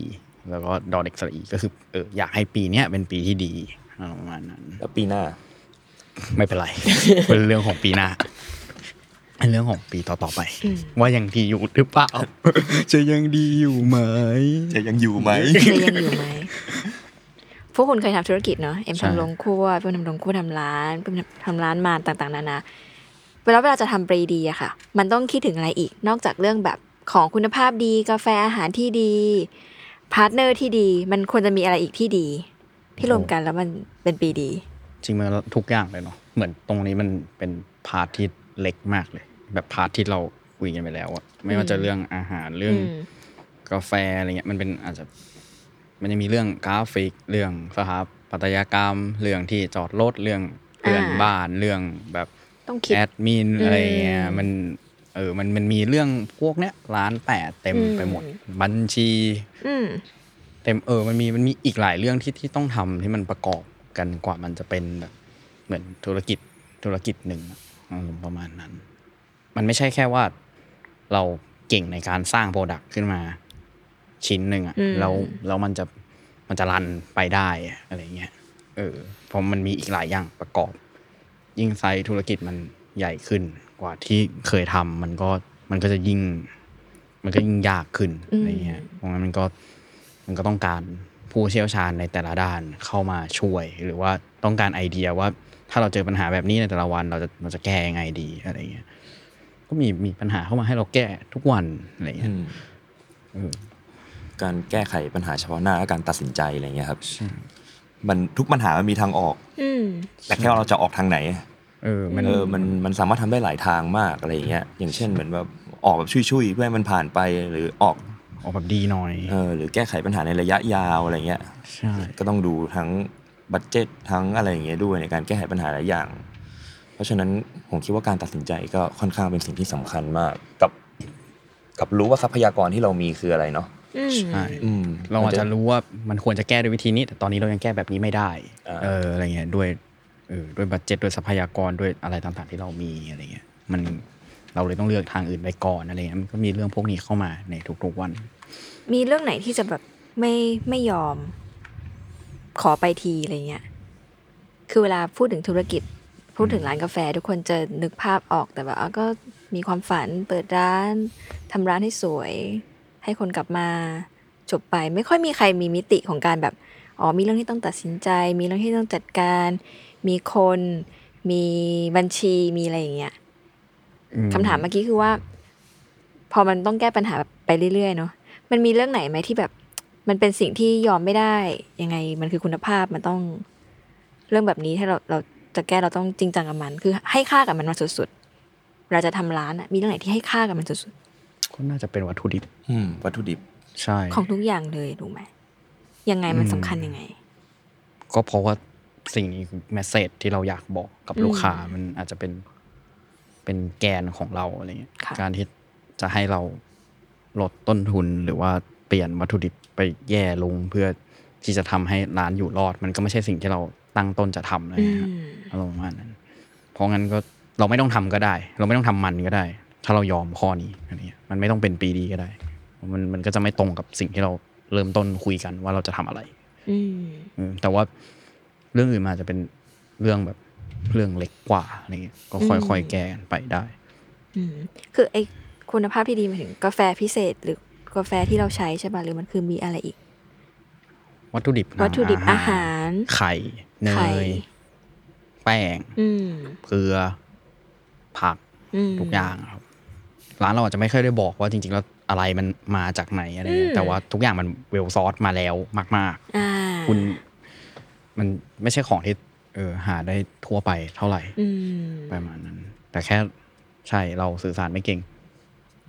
Speaker 4: แล้วก็ดอเด็กสระอีก็คือเอออยากให้ปีเนี้ยเป็นปีที่ดีอะไรประมาณนั้น
Speaker 5: แล้วปีหน้า
Speaker 4: ไม่เป็นไร เป็นเรื่องของปี หน้าเป็นเรื่องของปีต่อๆไป ว่ายังดีอยู่หรือเปล่า จะยังดีอยู่ไหม
Speaker 5: จะยังอยู่ไหม
Speaker 2: จะยังอยู่ไหม พวกคุณเคยทำธุรกิจเนาะ เอ็ม
Speaker 4: ใช่
Speaker 2: ทำโรงครัวเพิ่มทำโรงครัวทำร้านเพิ่มทำร้านมาต่างๆ นานา เวลาเวลาจะทำปรีดีอะค่ะ มันต้องคิดถึงอะไรอีก นอกจากเรื่องแบบของคุณภาพดี กาแฟอาหารที่ดี พาร์ทเนอร์ที่ดี มันควรจะมีอะไรอีกที่ดี ที่รวมกันแล้วมันเป็นปรีดี
Speaker 4: จริงมันทุกอย่างเลยเนาะเหมือนตรงนี้มันเป็นพาร์ทที่เล็กมากเลย แบบพาร์ทที่เราคุยกันไปแล้วอะไม่ว่าจะเรื่องอาหารเรื่อง
Speaker 2: อืม
Speaker 4: กาแฟอะไรเงี้ยมันเป็นอาจจะมันจะมีเรื่องกราฟิก เรื่องสถาปัตยกรรม เรื่องที่จอดรถเรื่องเพื่อน
Speaker 2: อ่า
Speaker 4: บ้านเรื่องแบบ
Speaker 2: ต้องคิด
Speaker 4: แอดมินอะไรเงี้ย
Speaker 2: อืม
Speaker 4: มันเออมันมันมีเรื่องพวกเนี้ยร้านแปดเต็ม
Speaker 2: อืม
Speaker 4: ไปหมด บัญชี
Speaker 2: อืม
Speaker 4: เต็มเออมันมีมันมีอีกหลายเรื่องที่ที่ต้องทำที่มันประกอบกันกว่ามันจะเป็นแบบเหมือนธุรกิจธุรกิจหนึ่งอะอืมประมาณนั้น มันไม่ใช่แค่ว่าเราเก่งในการสร้างโปรดักต์ขึ้นมา ชิ้นหนึ่งอะ
Speaker 2: อืม
Speaker 4: แล้วแล้วมันจะมันจะรันไปได้อะอะไรเงี้ยเออเพราะมันมีอีกหลายอย่างประกอบ ยิ่งไซส์ธุรกิจมันใหญ่ขึ้นกว่าที่เคยทำมันก็มันก็จะยิ่ง มันก็ยิ่งยากขึ้นอะไรเงี้ย เพราะงั้นมันก็มันก็ต้องการผู้เชี่ยวชาญในแต่ละด้านเข้ามาช่วย หรือว่าต้องการไอเดียว่าถ้าเราเจอปัญหาแบบนี้ในแต่ละวันเราจะเราจะแก้ยังไงดีอะไรเงี้ย ก็มีมีปัญหาเข้ามาให้เราแก้ทุกวันอะไรเงี้ย
Speaker 5: การแก้ไขปัญหาเฉพาะหน้าและการตัดสินใจอะไรเงี้ยครับมันทุกปัญหามันมีทางออก
Speaker 2: อืม
Speaker 5: แต่แค่ว่าเราจะออกทางไหน
Speaker 4: เออมัน
Speaker 5: เออมันมันสามารถทำได้หลายทางมากอะไรอย่างเงี้ย อย่างเช่นเหมือนแบบออกแบบชุยๆเพื่อให้มันผ่านไปหรือออก
Speaker 4: ออกแบบดีหน่อย
Speaker 5: เออหรือแก้ไขปัญหาในระยะยาวอะไรเงี้ย
Speaker 4: ใช่
Speaker 5: ก็ต้องดูทั้งบัตเจตทั้งอะไรอย่างเงี้ยด้วยในการแก้ไขปัญหาหลายอย่าง เพราะฉะนั้นผมคิดว่าการตัดสินใจก็ค่อนข้างเป็นสิ่งที่สำคัญมาก กับกับรู้ว่าทรัพยากรที่เรามีคืออะไรเนาะ
Speaker 2: อืม
Speaker 4: ใช่
Speaker 5: อืม
Speaker 4: เราอาจจะรู้ว่ามันควรจะแก้ด้วยวิธีนี้ แต่ตอนนี้เรายังแก้แบบนี้ไม่ได้
Speaker 5: อ่า
Speaker 4: เอออะไรเงี้ยด้วยเออด้วยบัตเจ็ตด้วยทรัพยากรด้วยอะไรต่างๆที่เรามีอะไรเงี้ยมันเราเลยต้องเลือกทางอื่นไปก่อนอะไรเงี้ยมันก็มีเรื่องพวกนี้เข้ามาในทุกๆวัน
Speaker 2: มีเรื่องไหนที่จะแบบไม่ไม่ยอม ขอไปทีอะไรเงี้ย คือเวลาพูดถึงธุรกิจ พูดถึงร้านกาแฟ ทุกคนจะนึกภาพออกแต่แบบอ่ะก็มีความฝันเปิดร้านทำร้านให้สวย ให้คนกลับมาจบไป ไม่ค่อยมีใครมีมิติของการแบบอ๋อมีเรื่องที่ต้องตัดสินใจ มีเรื่องที่ต้องจัดการ มีคน มีบัญชีมีอะไรอย่างเงี้ย คำถามเมื่อกี้คือว่า พอมันต้องแก้ปัญหาแบบไปเรื่อยๆเนาะมันมีเรื่องไหนไหมที่แบบ มันเป็นสิ่งที่ยอมไม่ได้ ยังไงมันคือคุณภาพมันต้อง เรื่องแบบนี้ถ้าเราเราจะแก้เราต้องจริงจังกับมัน คือให้ค่ากับมันมาสุดๆเราจะทำร้านอะมีเรื่องไหนที่ให้ค่ากับมันสุด
Speaker 4: ก็น่าจะเป็นวัตถุดิบ
Speaker 5: อืมวัตถุดิบ
Speaker 4: ใช่
Speaker 2: ๆของทุกอย่างเลยถูกไหมยังไงมันสำคัญยังไง
Speaker 4: ก็เพราะว่าสิ่งนี้คือแมสเซจที่เราอยากบอกกับลูกค้ามันอาจจะเป็นเป็นแกนของเราอะไรเงี้ย
Speaker 2: ค่ะ
Speaker 4: การที่จะให้เราลดต้นทุนหรือว่าเปลี่ยนวัตถุดิบไปแย่ลงเพื่อที่จะทำให้ร้านอยู่รอด มันก็ไม่ใช่สิ่งที่เราตั้งต้นจะทำอะไร
Speaker 2: อื
Speaker 4: เงี้ยฮะ
Speaker 2: ม
Speaker 4: อารมณ์ประมาณนั้น เพราะงั้นก็เราไม่ต้องทำก็ได้ เราไม่ต้องทำมันก็ได้ ถ้าเรายอมข้อนี้อันนี้มันไม่ต้องเป็นปีดีก็ได้ มันมันก็จะไม่ตรงกับสิ่งที่เราเริ่มต้นคุยกันว่าเราจะทำอะไร
Speaker 2: อืม
Speaker 4: เออแต่ว่าเรื่องอื่นมนอาจจะเป็นเรื่องแบบเรื่องเล็กกว่าอะไรเงี้ยก็ค่อยๆแก้กันไปได้
Speaker 2: อืมคือไอคุณภาพที่ดีหมายถึงกาแฟพิเศษ หรือกาแฟที่เราใช้ใช่ป่ะหรือมันคือมีอะไรอีก
Speaker 4: วัตถุดิบนะ
Speaker 2: วัตถุดิบอาหาร
Speaker 4: ไข่เน
Speaker 2: ไข่
Speaker 4: ยแป้ง
Speaker 2: อืม
Speaker 4: เกลือผัก
Speaker 2: อืม
Speaker 4: ทุกอย่างครับ ร้านเราอาจจะไม่ค่อยได้บอกว่าจริง ๆ แล้วอะไรมันมาจากไหนอะไรเงี้
Speaker 2: อื
Speaker 4: ย
Speaker 2: ม
Speaker 4: แต่ว่าทุกอย่างมันเวลซอร์สมาแล้วมาก
Speaker 2: อ่า
Speaker 4: ๆ คุณ มันไม่ใช่ของที่เออหาได้ทั่วไปเท่าไหร่
Speaker 2: อืม
Speaker 4: ประมาณนั้น แต่แค่ใช่เราสื่อสารไม่เก่ง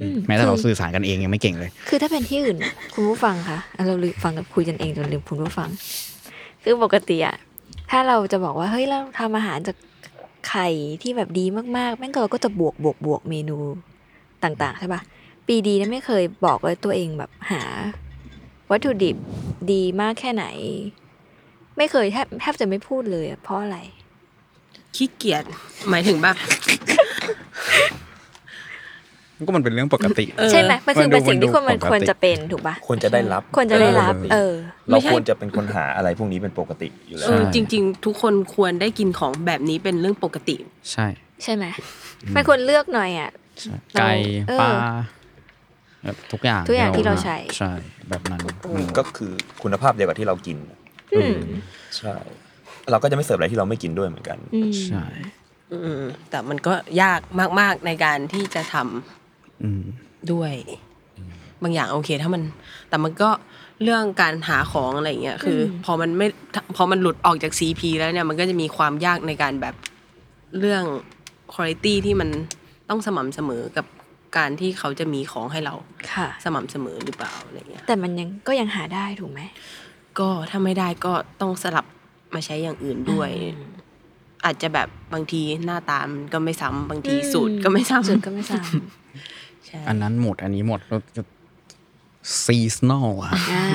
Speaker 2: อืม
Speaker 4: แม้แต่เรา
Speaker 2: คือ
Speaker 4: สื่อสารกันเองยังไม่เก่งเลย
Speaker 2: คือถ้าเป็นที่อื่น คุณผู้ฟังคะอ่ะเราลืมฟังกับคุยกันเองจนลืมคุณผู้ฟัง คือปกติอะถ้าเราจะบอกว่าเฮ้ยเราทำอาหารจากไข่ที่แบบดีมากๆ แม่งเราก็จะบวกบวกบวกเมนูต่างๆใช่ปะปีดีเนะไม่เคยบอกเลยตัวเองแบบหา วัตถุดิบดีมากแค่ไหน ไม่เคยแทบแทบจะไม่พูดเลยอะเพราะอะไร
Speaker 6: ขี้เกียจหมายถึงแบบ
Speaker 4: ก็มันเป็นเรื่องปกติ
Speaker 2: ใช่ไหมมันคือเป็นสิ่งที่คน
Speaker 4: มั
Speaker 2: มัน น
Speaker 4: ดู
Speaker 2: ควร
Speaker 4: ปกติ
Speaker 2: จะเป็นถูกปะ
Speaker 5: ควรจะได้รับ
Speaker 2: ควรจะได้รับ เออ
Speaker 5: เรา
Speaker 6: ไม่ใช่
Speaker 5: ควรจะเป็นคนหาอะไรพวกนี้เป็นปกติอยู่แล้ว
Speaker 6: เออจริง ๆ ทุกคนควรได้กินของแบบนี้เป็นเรื่องปกติ
Speaker 4: ใช่
Speaker 2: ใช่ไหมมันควรเลือกหน่อยอ่ะ
Speaker 4: ไก่
Speaker 2: เออ
Speaker 4: ปลาแบบทุกอย่าง
Speaker 2: ทุกอย่างที่เราใช้
Speaker 4: ใช่แบบนั้น
Speaker 5: มันก็คือคุณภาพเดียวกับที่เรากิน
Speaker 2: อืม
Speaker 5: ใช่ เราก็จะไม่เสิร์ฟอะไรที่เราไม่กินด้วยเหมือนกัน
Speaker 2: อืม
Speaker 4: ใช่
Speaker 6: อืมแต่มันก็ยากมากๆในการที่จะทำ
Speaker 4: อืม
Speaker 6: ด้วย บางอย่างโอเคถ้ามัน แต่มันก็เรื่องการหาของอะไรเงี้ยคืออ
Speaker 2: ม
Speaker 6: พอมันไม่ถ้าพอมันหลุดออกจากซีพีแล้วเนี่ยมันก็จะมีความยากในการแบบเรื่องคุณภาพที่มันต้องสม่ำเสมอกับการที่เขาจะมีของให้เรา
Speaker 2: ค่ะ
Speaker 6: สม่ำเสมอหรือเปล่าอะไรเงี้ย
Speaker 2: แต่มันยังก็ยังหาได้ถูกไหม
Speaker 6: ก็ถ้าไม่ได้ก็ต้องสลับมาใช้อย่างอื่นด้วย อาจจะแบบบางทีหน้าตามันก็ไม่ซ้ำบางที
Speaker 2: อืม
Speaker 6: สูตรก็ไม่ซ้ำ
Speaker 2: สุดก็ไม่ซ้
Speaker 6: ใช่
Speaker 4: อันนั้นหมดอันนี้หมดก็ซีซันอลอะ
Speaker 2: ำอ่า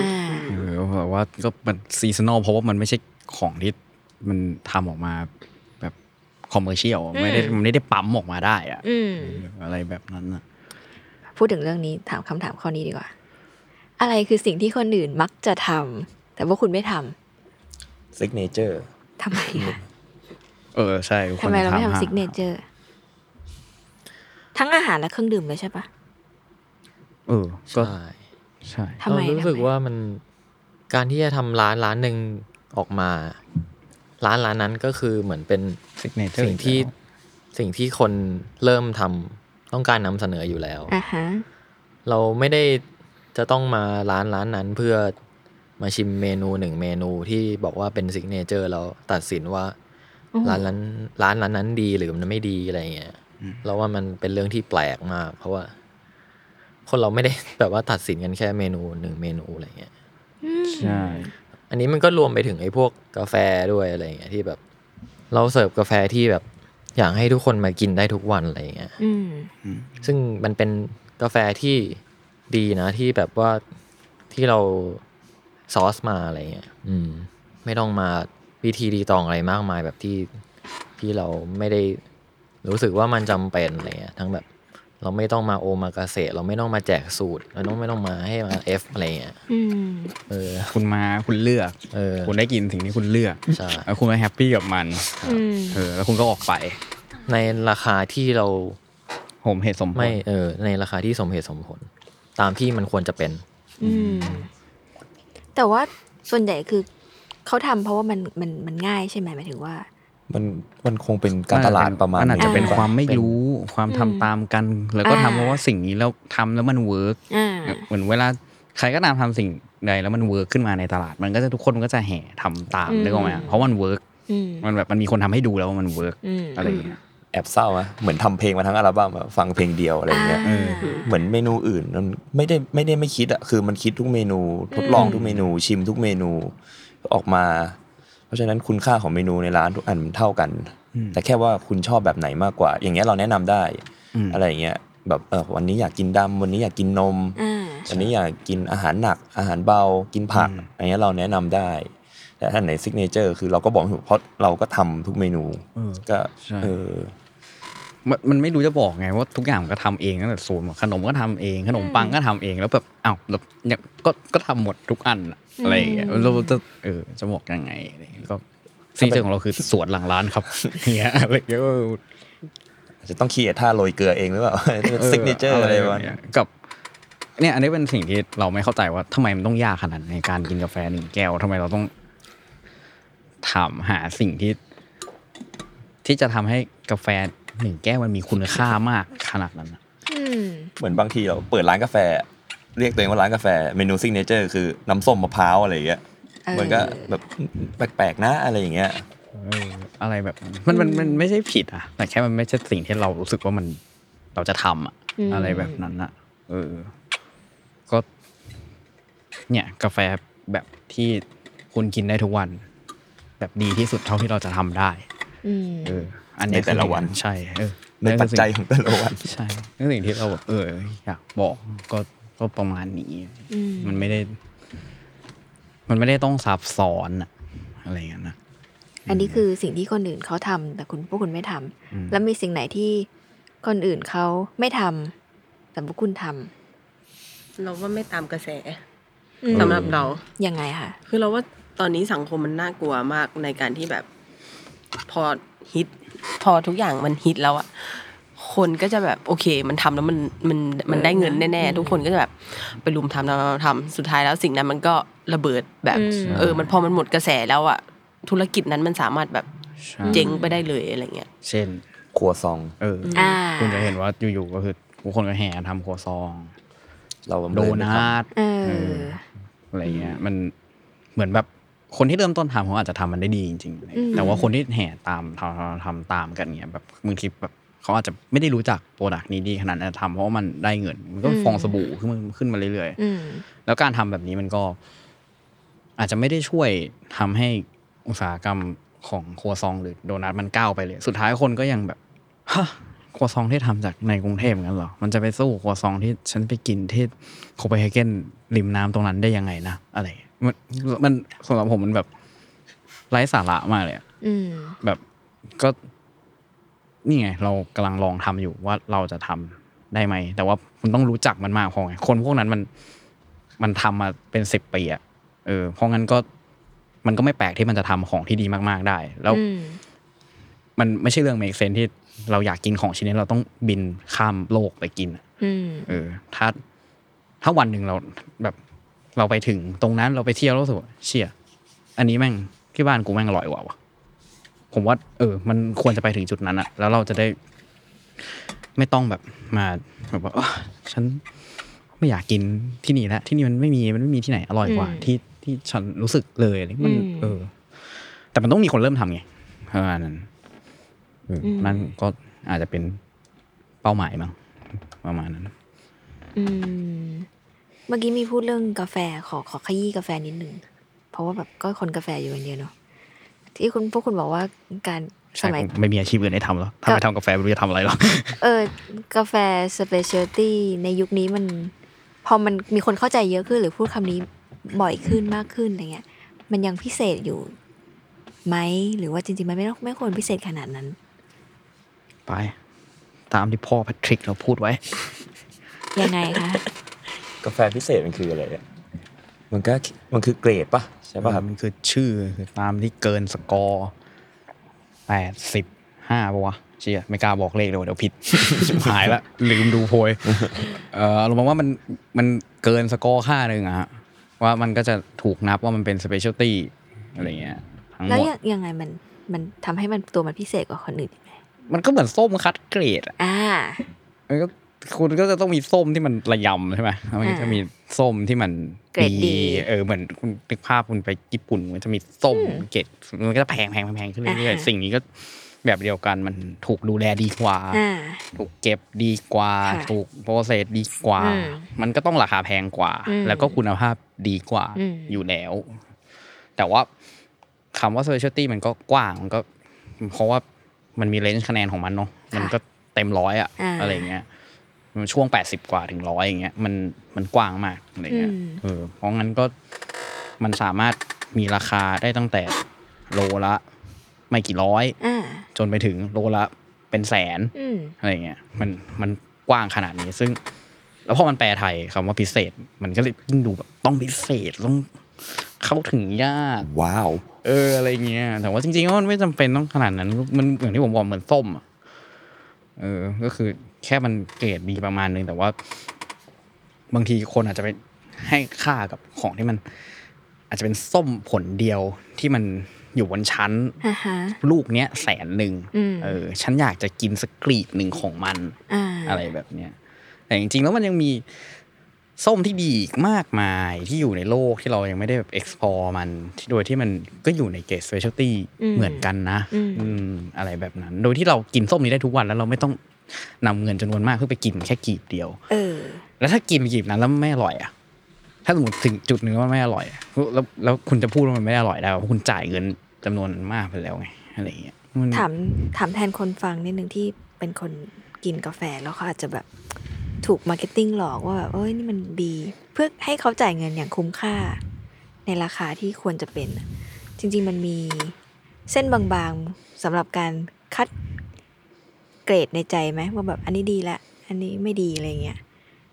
Speaker 4: เออแบบว่าก็มันซีซันอลเพราะว่ามันไม่ใช่ของที่มันทำออกมาแบบคอมเมอร์เชียลไม่ได้
Speaker 2: อืม
Speaker 4: มันไม่ได้ปั๊มออกมาได้อะ
Speaker 2: อืม
Speaker 4: เอออะไรแบบนั้นอะ
Speaker 2: พูดถึงเรื่องนี้ถามคำถามข้อนี้ดีกว่า อะไรคือสิ่งที่คนอื่นมักจะทำแต่ว่าคุณไม่ทำ
Speaker 5: ซิกเนเจอร์
Speaker 2: ทำไมอะ
Speaker 4: เออใช่ทุกคน
Speaker 2: ทำไมเราไม่
Speaker 4: ห
Speaker 2: ทำซิกเนเจอร์ ทั้งอาหารและเครื่องดื่มเลยใช่ปะ
Speaker 4: เออก็
Speaker 3: ใช่
Speaker 4: ใช่
Speaker 2: ทำไม
Speaker 3: เรารู้สึก
Speaker 2: ทำไม
Speaker 3: ว่ามันการที่จะทำร้านร้านหนึ่งออกมา ร้านร้านนั้นก็คือเหมือนเป็น
Speaker 4: ซิกเนเจอร์
Speaker 3: สิ่งที่สิ่งที่คนเริ่มทำต้องการนำเสนออยู่แล้ว
Speaker 2: อ่ะฮะ
Speaker 3: เราไม่ได้จะต้องมาร้านร้านนั้นเพื่อมาชิมเมนูหนึ่งเมนูที่บอกว่าเป็นซิกเนเจอร์แล้วตัดสินว่า
Speaker 2: อืม
Speaker 3: ร้านนั้นร้านร้านนั้นดีหรือมันไม่ดีอะไรเงี้ยเราว่ามันเป็นเรื่องที่แปลกมาก เพราะว่า คนเราไม่ได้ แบบว่าตัดสินกันแค่เมนูหนึ่งเมนูอะไรเงี้ย
Speaker 4: ใช่
Speaker 3: อันนี้มันก็รวมไปถึงไอ้พวกกาแฟด้วยอะไรเงี้ยที่แบบ เราเสิร์ฟกาแฟที่แบบ อยากให้ทุกคนมากินได้ทุกวันอะไรเงี้ย
Speaker 2: อืม
Speaker 3: ซึ่งมันเป็นกาแฟที่ดีนะที่แบบว่าที่เราซอร์สมาอะไรเงี้ยอืม ไม่ต้องมาวิธีดีตองอะไรมากมายแบบที่ที่เราไม่ได้รู้สึกว่ามันจำเป็นอะไรเงี้ยทั้งแบบ เราไม่ต้องมาโอมากาเสะเราไม่ต้องมาแจกสูตร เราต้องไม่ต้องมาให้มาเอฟอะไรเงี้ย
Speaker 2: อืม
Speaker 3: เออ
Speaker 4: คุณมาคุณเลือก
Speaker 3: เออ
Speaker 4: คุณได้กินสิ่งที่คุณเลือก
Speaker 3: ใช่
Speaker 4: แล้วคุณมาแฮปปี้กับมัน
Speaker 2: อืม
Speaker 4: เออแล้วคุณก็ออกไป
Speaker 3: ในราคาที่เรา
Speaker 4: ผมเหตุสมผล
Speaker 3: ไม่เออ ในราคาที่สมเหตุสมผล ตามที่มันควรจะเป็น
Speaker 2: อืม แต่ว่าส่วนใหญ่คือเขาทำเพราะว่ามันมันมันง่ายใช่ไหมหมายถึงว่า
Speaker 5: มันมันคงเป็นการตลาดประมาณ
Speaker 4: นอาจจะเป็น
Speaker 5: หง
Speaker 4: ความไม่
Speaker 3: เป็น
Speaker 4: รู้ความทำตามกัน แล้วก็
Speaker 2: อ่า
Speaker 4: ทำเพราะว่าสิ่งนี้แล้วทำแล้วมันเวิร์ก
Speaker 2: อ่า
Speaker 4: เหมือนเวลาใครก็ตามทำสิ่งใดแล้วมันเวิร์กขึ้นมาในตลาด มันก็จะทุกคนมันก็จะแห่ทำตาม
Speaker 2: อืม
Speaker 4: นึกออกไหมเพราะมันเวิร์ก
Speaker 2: อืม
Speaker 4: มันแบบมันมีคนทำให้ดูแล้วว่ามันเวิร์ก
Speaker 2: อืม
Speaker 4: อะไรอย่างเงี้ย
Speaker 5: แอบเศร้าอะเหมือนทำเพลงมาทั้งอัลบั้มอะฟังเพลงเดียวอะไรอย่างเงี้ย
Speaker 4: เออ
Speaker 5: เหมือนเมนูอื่นมันไม่ได้ไม่ได้ไม่คิดอะคือมันคิดทุกเมนูทดลองทุกเมนูชิมทุกเมนูออกมา เพราะฉะนั้นคุณค่าของเมนูในร้านทุกอันมันเท่ากัน แต่แค่ว่าคุณชอบแบบไหนมากกว่า อย่างเงี้ยเราแนะนำได้
Speaker 4: อืม
Speaker 5: อะไรอย่างเงี้ยแบบเออวันนี้อยากกินดำวันนี้อยากกินนม
Speaker 2: อ่า
Speaker 5: อันนี้อยากกินอาหารหนักอาหารเบากินผักอันนี้เราแนะนำได้ แต่ถ้าไหนซิกเนเจอร์คือเราก็บอกไม่ถูกเพราะเราก็ทำทุกเมนูก็
Speaker 4: ใช่
Speaker 5: เออ
Speaker 4: มันมันไม่รู้จะบอกไงว่าทุกอย่างมันก็ทำเองตั้งแต่ศูนย์หมดขนมก็ทำเอง ขนมปังก็ทำเองแล้วแบบอ้าวแล้วเนี่ยก็ก็ทำหมดทุกอันอะอะไรอย่างเงี้ยเราจะเออจะบอกยังไงอะไรอย่างเงี้ยก็ซีเจอร์ของเรา คือสวนหลังร้านครับเงี้ยอะไรอย่างเงี้ยก็
Speaker 5: อาจจะต้องคีเอท่าโรยเกลือเองหรือเปล่า ซิกเนเจอร์อะไรวะมาณ
Speaker 4: เนี่
Speaker 5: นั้
Speaker 4: ย
Speaker 5: น
Speaker 4: กับเนี่ยอันนี้เป็นสิ่งที่เราไม่เข้าใจว่าทำไมมันต้องยากขนาดนั้นในการกินกาแฟหนึ่งแก้วทำไมเราต้องถามหาสิ่งที่ ที่จะทำให้กาแฟหนึ่งแก้วมันมีคุณค่ามากขนาดนั้นอะ
Speaker 2: อืม
Speaker 5: เหมือนบางทีเราเปิดร้านกาแฟ เรียกตัวเองว่าร้านกาแฟเมนูซิกเนเจอร์คือน้ำส้มมะพร้าวอะไรอย่างเงี้ย
Speaker 2: เออ
Speaker 5: มันก็แบบแปลกๆนะอะไรอย่างเงี้ย
Speaker 4: เอออะไรแบบนั้นมันมันมันไม่ใช่ผิดอะแต่แค่มันไม่ใช่สิ่งที่เรารู้สึกว่ามันเราจะทำอะ
Speaker 2: อืม
Speaker 4: อะไรแบบนั้นอะเออ ก็ เนี่ย กาแฟแบบที่คุณกินได้ทุกวัน แบบดีที่สุดเท่าที่เราจะทำได้
Speaker 2: อืม
Speaker 4: เออ อันเนี้ย
Speaker 5: ในแต่ละวัน
Speaker 4: คือสิ่งใช่เออ
Speaker 5: ในปัจจัยของแต่ละวัน
Speaker 4: ใช่นั่นสิ่งที่เราแบบเออ อยากบอกก็ก็ประมาณนี้
Speaker 2: อืม
Speaker 4: มันไม่ได้ มันไม่ได้ต้องซับซ้อนอะอะไรอย่างนั้นนะ
Speaker 2: อันนี้คือสิ่งที่คนอื่นเขาทำแต่คุณพวกคุณไม่ทำ
Speaker 4: อืม
Speaker 2: แล้วมีสิ่งไหนที่คนอื่นเขาไม่ทำแต่พวกคุณทำ
Speaker 6: เราว่าไม่ตามกระแส
Speaker 2: อืม
Speaker 6: สำหรับเรา
Speaker 2: ยังไงคะ
Speaker 6: คือเราว่าตอนนี้สังคมมันน่ากลัวมากในการที่แบบ พอฮิต พอทุกอย่างมันฮิตแล้วอะคนก็จะแบบโอเค มันทำแล้วมันมันมันได้เงินแน่ๆทุกคนก็จะแบบไปรุมทำทำทำสุดท้ายแล้วสิ่งนั้นมันก็ระเบิดแบบเออ มันพอมันหมดกระแสแล้วอะธุรกิจนั้นมันสามารถแบบ
Speaker 4: ใช่
Speaker 6: เจ๊งไปได้เลยอะไรเงี้ย
Speaker 4: เช่น
Speaker 5: ครัวซอง
Speaker 4: เอออ
Speaker 2: อ่า
Speaker 4: คุณจะเห็นว่าอยู่ๆก็คือทุกคนก็แห่ทำครัวซอง
Speaker 5: เรา
Speaker 4: โด
Speaker 5: เลยไม่ทำ
Speaker 4: นัท
Speaker 2: เออ
Speaker 4: เอออะไรเงี้ย มันเหมือนแบบคนที่เริ่มต้นทำเขาอาจจะทำมันได้ดีจริง
Speaker 2: อืม
Speaker 4: ๆ แต่ว่าคนที่แห่ตามทำทำทำตามกันเงี้ยแบบบางทีแบบเขาอาจจะไม่ได้รู้จักโปรดักต์นี้ดีขนาดนั้นแต่ทำเพราะว่ามันได้เงิน มันก็ฟองสบู่ขึ้นมาขึ้นมาเรื่อย
Speaker 2: อืม
Speaker 4: ๆ แล้วการทำแบบนี้มันก็ อาจจะไม่ได้ช่วยทำให้อุตสาหกรรมของครัวซองหรือโดนัทมันก้าวไปเลย สุดท้ายคนก็ยังแบบฮะครัวซองที่ทำจากในกรุงเทพงั้นเหรอ มันจะไปสู้ครัวซองที่ฉันไปกินที่โคเปนเฮเกนริมน้ำตรงนั้นได้ยังไงนะอะไรอย่างเงี้ยมันมันสำหรับผมมันแบบไร้สาระมากเลยอะ
Speaker 2: อืม
Speaker 4: แบบก็นี่ไง เรากำลังลองทำอยู่ว่าเราจะทำได้ไหม แต่ว่าคุณต้องรู้จักมันมากพอไงคนพวกนั้นมันมันทำมาเป็นสิบปีอะเออเพราะงั้นก็มันก็ไม่แปลกที่มันจะทำของที่ดีมากๆได้ แล้ว
Speaker 2: อืม
Speaker 4: มันไม่ใช่เรื่องเมกเซนที่เราอยากกินของชิ้นนี้เราต้องบินข้ามโลกไปกินอะ
Speaker 2: อืม
Speaker 4: เออถ้าถ้าวันหนึ่งเราแบบเราไปถึงตรงนั้นเราไปเที่ยวแล้วรู้สึกว่าเชี่ยอันนี้แม่งที่บ้านกูแม่งอร่อยกว่าวะผมว่า เออ มันควรจะไปถึงจุดนั้นอะแล้วเราจะได้ ไม่ต้องแบบมาแบบว่าอ้อฉันไม่อยากกินที่นี่แล้วที่นี่มันไม่มีมันไม่มีที่ไหนอร่อยกว่า
Speaker 2: อืม
Speaker 4: ที่ที่ฉันรู้สึกเลยอะไรมัน
Speaker 2: อืม
Speaker 4: เออ แต่มันต้องมีคนเริ่มทำไงประมาณนั้นเออนั่นก็อาจจะเป็นเป้าหมายมั้งประมาณนั้น
Speaker 2: อืม เมื่อกี้มีพูดเรื่องกาแฟขอขอขยี้กาแฟนิดหนึ่งเพราะว่าแบบก็คนกาแฟอยู่คนเดียวเนาะที่คุณพวกคุณบอกว่าการส
Speaker 4: ใช่
Speaker 2: มัย
Speaker 4: ผมไม่มีอาชีพอื่นให้ทำแล้ว ถ้าไปทำกาแฟไม่รู้จะทำอะไรหรอก
Speaker 2: เออกาแฟสเปเชียลตี้ในยุคนี้มัน พอมันมีคนเข้าใจเยอะขึ้น หรือพูดคำนี้บ่อยขึ้นมากขึ้นอะไรเงี้ย มันยังพิเศษอยู่ไหมหรือว่าจริงๆ มันไม่ต้องไม่ควรพิเศษขนาดนั้น
Speaker 4: ไป ตามที่พ่อแพทริกเราพูดไว้
Speaker 2: ยังไง คะ
Speaker 5: กาแฟพิเศษมันคืออะไรอะมันก็มันคือเกรดปะใช่ปะครับ
Speaker 4: มันคือชื่อคือตามที่เกินสกอร์แปดสิบห้าปะวะเชียไม่กล้าบอกเลขเลยว่ะเดี๋ยว ผิด ชิบหายละลืมดูโพย เออเรามองว่ามันมันเกินสกอร์ค่าหนึ่งอะฮะว่ามันก็จะถูกนับว่ามันเป็นสเปเชียลตี้อะไรเงี้ยทั้งห
Speaker 2: แล้ว
Speaker 4: มด
Speaker 2: ยังยังไงมันมันทำให้มันตัวมันพิเศษกว่าคนอื่นยังไง
Speaker 4: มันก็เหมือนส้มคัดเกรดอะ
Speaker 2: อ่า
Speaker 4: มันก็คุณก็จะต้องมีส้มที่มันระยำใช่ไหมแล้วมันก็
Speaker 2: อ่า
Speaker 4: จะมีส้มที่มัน
Speaker 2: เกรดดี
Speaker 4: เออเหมือนคุณนึกภาพคุณไปญี่ปุ่นมันจะมีส้มเกรดมันก็จะแพงแพงแพงแพงขึ้นเรื่อย
Speaker 2: อ่าฮะ
Speaker 4: ๆสิ่งนี้ก็แบบเดียวกันมันถูกดูแลดีกว่า
Speaker 2: อ่า
Speaker 4: ถูกเก็บดีกว่า
Speaker 2: ค่ะ
Speaker 4: ถูกโปรเซสดีกว่า
Speaker 2: อืม
Speaker 4: มันก็ต้องราคาแพงกว่า
Speaker 2: อืม
Speaker 4: แล้วก็คุณภาพดีกว่า
Speaker 2: อืม
Speaker 4: อยู่แล้ว แต่ว่าคำว่า specialty มันก็กว้างมันก็ เพราะว่ามันมีเลนส์คะแนนของมันเนาะมันก็เต็มร้อยอะ
Speaker 2: อ่า
Speaker 4: อะไรอย่างเงี้ยมันช่วง 80 กว่าถึงร้อยอย่างเงี้ยมันมันกว้างมากอะไรเงี้ย
Speaker 2: อืม
Speaker 4: เออเพราะงั้นก็มันสามารถมีราคาได้ตั้งแต่โลละ ไม่กี่ร้อย
Speaker 2: อ่า
Speaker 4: จนไปถึงโลละเป็นแสน
Speaker 2: อืม
Speaker 4: อะไรเงี้ยมันมันกว้างขนาดนี้ซึ่ง แล้วพอมันแปลไทยคำว่าพิเศษ มันก็เลยยิ่งดูแบบต้องพิเศษต้องเข้าถึงยาก
Speaker 5: ว้าว
Speaker 4: เอออะไรเงี้ยแต่ว่าจริงๆแล้วมันไม่จำเป็นต้องขนาดนั้น มันอย่างที่ผมบอกเหมือนส้มอะเออ ก็คือแค่มันเกรดดีประมาณนึงแต่ว่า บางทีคนอาจจะไปให้ค่ากับของที่มัน อาจจะเป็นส้มผลเดียวที่มันอยู่บนชั้น
Speaker 2: อ่าฮะ
Speaker 4: ลูกเนี้ยแสนหนึ่ง
Speaker 2: อืม
Speaker 4: เออ ฉันอยากจะกินสกกรีบหนึ่งของมัน
Speaker 2: อ่า
Speaker 4: อะไรแบบเนี้ย แต่จริงๆ แล้วมันยังมีส้มที่ดีอีกมากมายที่อยู่ในโลกที่เรายังไม่ได้แบบ explore มันที่โดยที่มันก็อยู่ในเกรด specialty
Speaker 2: อืม
Speaker 4: เหมือนกันนะ
Speaker 2: อืม
Speaker 4: อืมอะไรแบบนั้น โดยที่เรากินส้มนี้ได้ทุกวันแล้วเราไม่ต้อง นำเงินจำนวนมากเพื่อไปกินแค่กีบเดียว
Speaker 2: เออ
Speaker 4: แล้วถ้ากินกีบนั้นแล้วไม่อร่อยอะถ้าสมมติถึงจุดหนึ่งแล้วมันไม่อร่อยอะแล้วแล้วคุณจะพูดว่ามันไม่อร่อยได้เพราะคุณจ่ายเงินจำนวนมากไปแล้วไงอะไรอย่างเงี้ยมัน
Speaker 2: ถามถามแทนคนฟังนิดหนึ่งที่เป็นคนกินกาแฟแล้วเขาอาจจะแบบถูกมาร์เก็ตติ้งหลอกว่าแบบเอ้ยนี่มันบีเพื่อให้เขาจ่ายเงินอย่างคุ้มค่า ในราคาที่ควรจะเป็นอะจริง ๆ มันมีเส้นบางๆสำหรับการคัดเกรดในใจไหมว่าแบบอันนี้ดีละ อันนี้ไม่ดีอะไรเงี้ย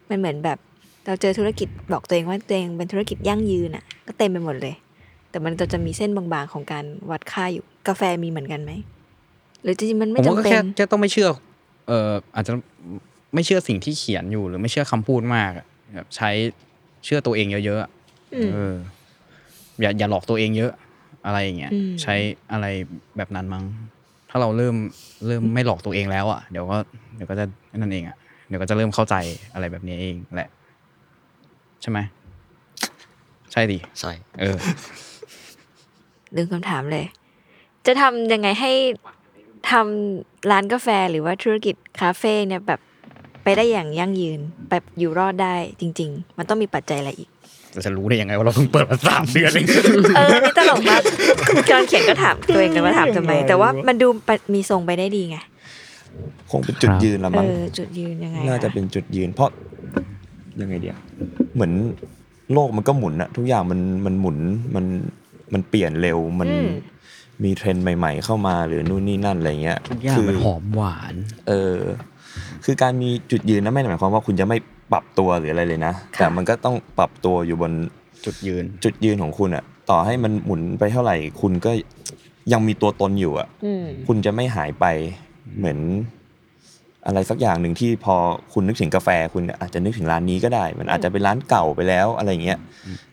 Speaker 2: มันเหมือนแบบเราเจอธุรกิจบอกตัวเองว่าตัวเองเป็นธุรกิจยั่งยืนอะ่ะ ก็เต็มไปหมดเลย แต่มันจะมีเส้นบางๆของการวัดค่าอยู่กาแฟมีเหมือนกันไหมหรือจริงๆมัน
Speaker 4: ผ
Speaker 2: ไม่
Speaker 4: ม
Speaker 2: จำ
Speaker 4: ว่าก็
Speaker 2: เป็
Speaker 4: แค่
Speaker 2: น
Speaker 4: แค่ต้องไม่เชื่อ เอ่ออาจจะไม่เชื่อสิ่งที่เขียนอยู่หรือไม่เชื่อคำพูดมากอะแบบใช้เชื่อตัวเองเยอะๆอะ
Speaker 2: อืม
Speaker 4: เออ อย่าอย่าหลอกตัวเองเยอะ อะไรอย่างเงี้ย
Speaker 2: อืม
Speaker 4: ใช้อะไรแบบนั้นมั้งถ้าเราเริ่มเริ่มไม่หลอกตัวเองแล้วอ่ะเดี๋ยวก็เดี๋ยวก็จะนั่นเองอ่ะเดี๋ยวก็จะเริ่มเข้าใจอะไรแบบนี้เองแหละ ใช่ไหมใช่ดิ
Speaker 3: ใช่
Speaker 4: เออ
Speaker 2: ดึงคำถามเลย จะทำยังไงให้ทำร้านกาแฟหรือว่าธุรกิจคาเฟ่เนี่ยแบบไปได้อย่างยั่งยืน แบบอยู่รอดได้จริง ๆ มันต้องมีปัจจัยอะไรอีก
Speaker 4: เราจะรู้ได้ยังไงว่าเราเพิ่งเปิดมาสามเดือนเอง
Speaker 2: เออนี่ตลกมากจอนเขียนก็ถามตัวเองกันว่าถามทำไม แต่ว่ามันดูไปมีทรงไปได้ดีไง
Speaker 5: คงเป็นจุดยืนละ
Speaker 2: เอ
Speaker 5: มั้ง
Speaker 2: อ จุดยืนยังไง
Speaker 5: น่าจะเป็นจุดยืน เพราะยังไงเดียวเหมือนโลกมันก็หมุนอะทุกอย่างมันมันหมุนมันมันเปลี่ยนเร็วมัน
Speaker 2: อืม
Speaker 5: มีเทรนด์ใหม่ ๆ เข้ามาหรือนู่นนี่นั่นอะไรเงี้ย
Speaker 4: ทุกอย่าง
Speaker 5: คื
Speaker 4: มันหอมหวาน
Speaker 5: เออ คือการมีจุดยืนนะไม่ได้หมายความว่าคุณจะไม่ปรับตัวหรืออะไรเลยนะ แต่มันก็ต้องปรับตัวอยู่บน
Speaker 4: จุดยืน
Speaker 5: จุดยืนของคุณอะต่อให้มันหมุนไปเท่าไหร่ คุณก็ยังมีตัวตนอยู่อะ
Speaker 2: อืม
Speaker 5: คุณจะไม่หายไปเหมือนอะไรสักอย่างหนึ่งที่พอคุณนึกถึงกาแฟ คุณอาจจะนึกถึงร้านนี้ก็ได้ มันอาจจะเป็นร้านเก่าไปแล้วอะไรเงี้ย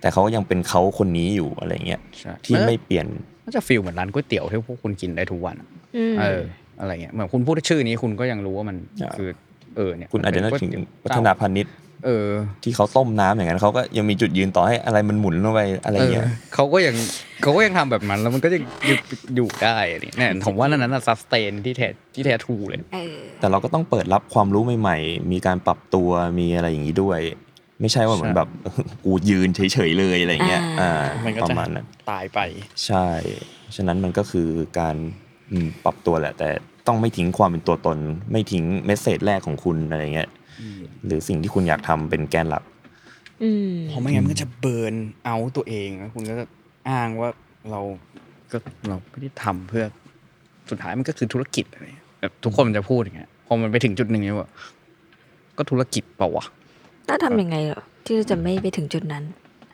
Speaker 5: แต่เขาก็ยังเป็นเขาคนนี้อยู่อะไรเงี้ย
Speaker 4: ใช่
Speaker 5: ที่ไม่เปลี่ยน
Speaker 4: น่าจะฟีลเหมือนร้านก๋วยเตี๋ยวที่พวกคุณกินได้ทุกวันอะ
Speaker 2: อืม
Speaker 4: เออ อะไรเงี้ยเหมือนคุณพูดชื่อนี้คุณก็ยังรู้ว่ามันคือ เออเนี่ย
Speaker 5: คุณอาจจะนึกถึง
Speaker 4: เป็ก๋ว
Speaker 5: วั
Speaker 4: ย
Speaker 5: ฒ
Speaker 4: เตี๋ยว
Speaker 5: นาพาณิชย์
Speaker 4: เออ
Speaker 5: ที่เขาต้มน้ำอย่างนั้นเขาก็ยังมีจุดยืนต่อให้อะไรมันหมุนลงไปอะไร
Speaker 4: เออ
Speaker 5: เงี้ย
Speaker 4: เขาก็ยังเขาก็ยังทำแบบนั้นแล้วมันก็ยังอยู่อยู่ได้อะไรเนี่ย ผมว่านั่นนั้นซัสเตนที่แท้ที่แท้ทรูเลย
Speaker 2: เออ
Speaker 5: แต่เราก็ต้องเปิดรับความรู้ใหม่ ๆ มีการปรับตัวมีอะไรอย่างนี้ด้วย ไม่ใช่ว่าเหมือน
Speaker 4: ใช่
Speaker 5: แบบ กูยืนเฉยๆเลยอะไรเงี้ย
Speaker 2: อ่า
Speaker 5: อ่า
Speaker 4: มันก็
Speaker 5: ป
Speaker 4: จะ
Speaker 5: ระมาณนั้น
Speaker 4: ตายไป
Speaker 5: ใช่ ฉะนั้นมันก็คือการอืมปรับตัวแหละ แต่ต้องไม่ทิ้งความเป็นตัวตน ไม่ทิ้งเมสเซจแรกของคุณอะไรเงี้ย หรือสิ่งที่คุณอยากทำเป็นแกนหลัก
Speaker 2: อืม
Speaker 4: เพราะไม่งั้นมันก็จะเบิร์นเอาท์ตัวเองแล้วคุณก็จะอ้างว่าเราก็เราไม่ได้ทำเพื่อสุดท้ายมันก็คือธุรกิจอะไรเงี้ยแบบทุกคนมันจะพูดอย่างเงี้ยพอมันไปถึงจุดหนึ่งเนี่ยว่าก็ธุรกิจเปล่าวะ
Speaker 2: แล้วทำยังไงเหรอที่เราจะไม่ไปถึงจุดนั้น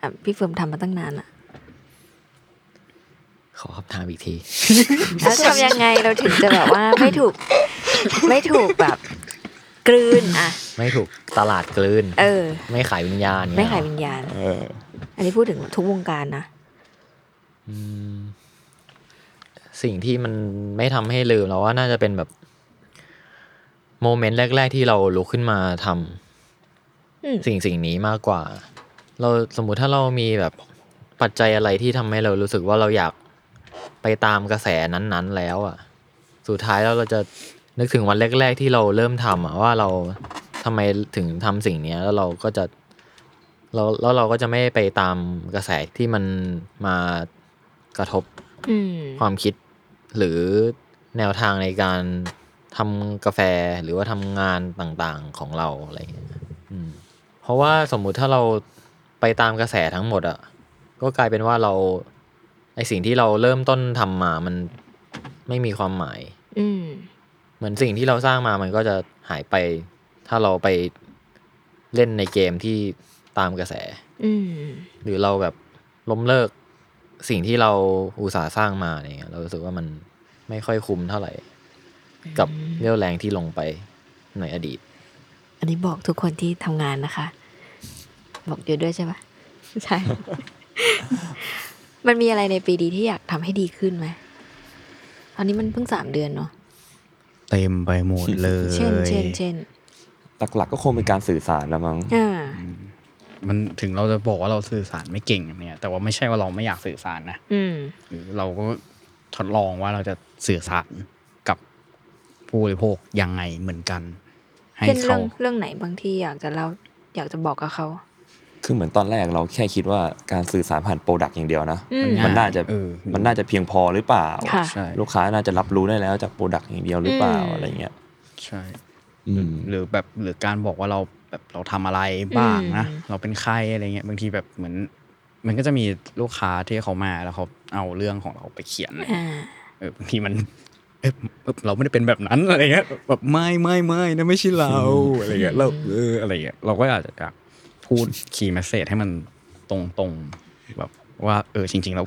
Speaker 2: อ่ะพี่เฟิร์มทำมาตั้ง นานอ่ะ
Speaker 3: ขอคำถามอีกที
Speaker 2: แล้วทำยังไงเราถึงจะแบบว่าไม่ถูก ไม่ถูกแบบกลืนอ่ะ
Speaker 3: ไม่ถูกตลาดกลืน
Speaker 2: เออ
Speaker 3: ไม่ขายวิญญาณเนี่
Speaker 2: ไม่ขาย
Speaker 3: หรอ
Speaker 2: วิญญาณ อันนี้พูดถึงทุกวงการนะ
Speaker 3: อืมสิ่งที่มันไม่ทำให้ลืมเราว่าน่าจะเป็นแบบโมเมนต์แรก ๆ ที่เราลุกขึ้นมาทำ
Speaker 2: อืม
Speaker 3: สิ่งสิ่งนี้มากกว่า เราสมมุติถ้าเรามีแบบปัจจัยอะไรที่ทำให้เรารู้สึกว่าเราอยากไปตามกระแสนั้น ๆ แล้วอ่ะ สุดท้ายแล้วเราจะนึกถึงวันแรก ๆ ที่เราเริ่มทำอะว่าเราทำไมถึงทำสิ่งเนี้ย แล้วเราก็จะเราแล้วเราก็จะไม่ไปตามกระแสที่มันมากระทบ
Speaker 2: อืม
Speaker 3: ความคิด หรือแนวทางในการทำกาแฟหรือว่าทำงานต่างๆของเราอะไรอย่างเงี้ยอืมเพราะว่าสมมุติถ้าเราไปตามกระแสทั้งหมดอะก็กลายเป็นว่าเราไอสิ่งที่เราเริ่มต้นทำมามันไม่มีความหมาย
Speaker 2: อืม
Speaker 3: เหมือนสิ่งที่เราสร้างมามันก็จะหายไป ถ้าเราไปเล่นในเกมที่ตามกระแส
Speaker 2: อืม
Speaker 3: หรือเราแบบล้มเลิกสิ่งที่เราอุตสาห์สร้างมาเนี่ย เรารู้สึกว่ามันไม่ค่อยคุ้มเท่าไหร่ กับเรี่ยวแรงที่ลงไปในอดีต
Speaker 2: อันนี้บอกทุกคนที่ทำงานนะคะ บอกอยู่ด้วยใช่ปะใช่ มันมีอะไรในปีดีที่อยากทำให้ดีขึ้นไหมตอนนี้มันเพิ่งสามเดือนเนาะ
Speaker 4: เต็มไปหมดเลย
Speaker 2: เช่น เช่น เช่น
Speaker 5: หลักๆก็คงเป็นการสื่อสารละมั้ง
Speaker 2: อ่า
Speaker 4: มันถึงเราจะบอกว่าเราสื่อสารไม่เก่งเนี่ย แต่ว่าไม่ใช่ว่าเราไม่อยากสื่อสารนะ
Speaker 2: อืม
Speaker 4: หรือเราก็ทดลองว่าเราจะสื่อสารกับ ผู้บริโภคยังไงเหมือนกัน ให้
Speaker 2: เช่นเรื่
Speaker 4: เขา
Speaker 2: องเรื่องไหนบางที่อยากจะเล่าอยากจะบอกกับเขา
Speaker 5: คือเหมือนตอนแรกเราแค่คิดว่าการสื่อสารผ่านโปรดักต์อย่างเดียวนะ
Speaker 2: อืม
Speaker 5: มันน่าจะ
Speaker 4: เออ
Speaker 5: มันน่าจะเพียงพอหรือเปล่า
Speaker 2: ค่ะ
Speaker 4: ใช่
Speaker 5: ลูกค้าน่าจะรับรู้ได้แล้วจากโปรดักต์อย่างเดียวหรือเปล่า
Speaker 2: อืม
Speaker 5: อะไรเงี้ย
Speaker 4: ใช่ หรือแบบหรือการบอกว่าเราแบบเราทำอะไรบ้างนะ
Speaker 2: อืม
Speaker 4: เราเป็นใครอะไรเงี้ยบางทีแบบเหมือน มันก็จะมีลูกค้าที่เขามาแล้วเขาเอาเรื่องของเราไปเขียน
Speaker 2: อ่า
Speaker 4: เออบางทีมัน เอ๊ะเอ๊ะเราไม่ได้เป็นแบบนั้นอะไรเงี้ยแบบไม่ไม่ไม่นะไม่ใช่ เราอะไรเงี้ยเราเอออะไรเงี้ยเราก็อาจจะอยากพูดคีย์เมสเซจให้มันตรงตรงๆแบบว่าเออจริง ๆ แล้ว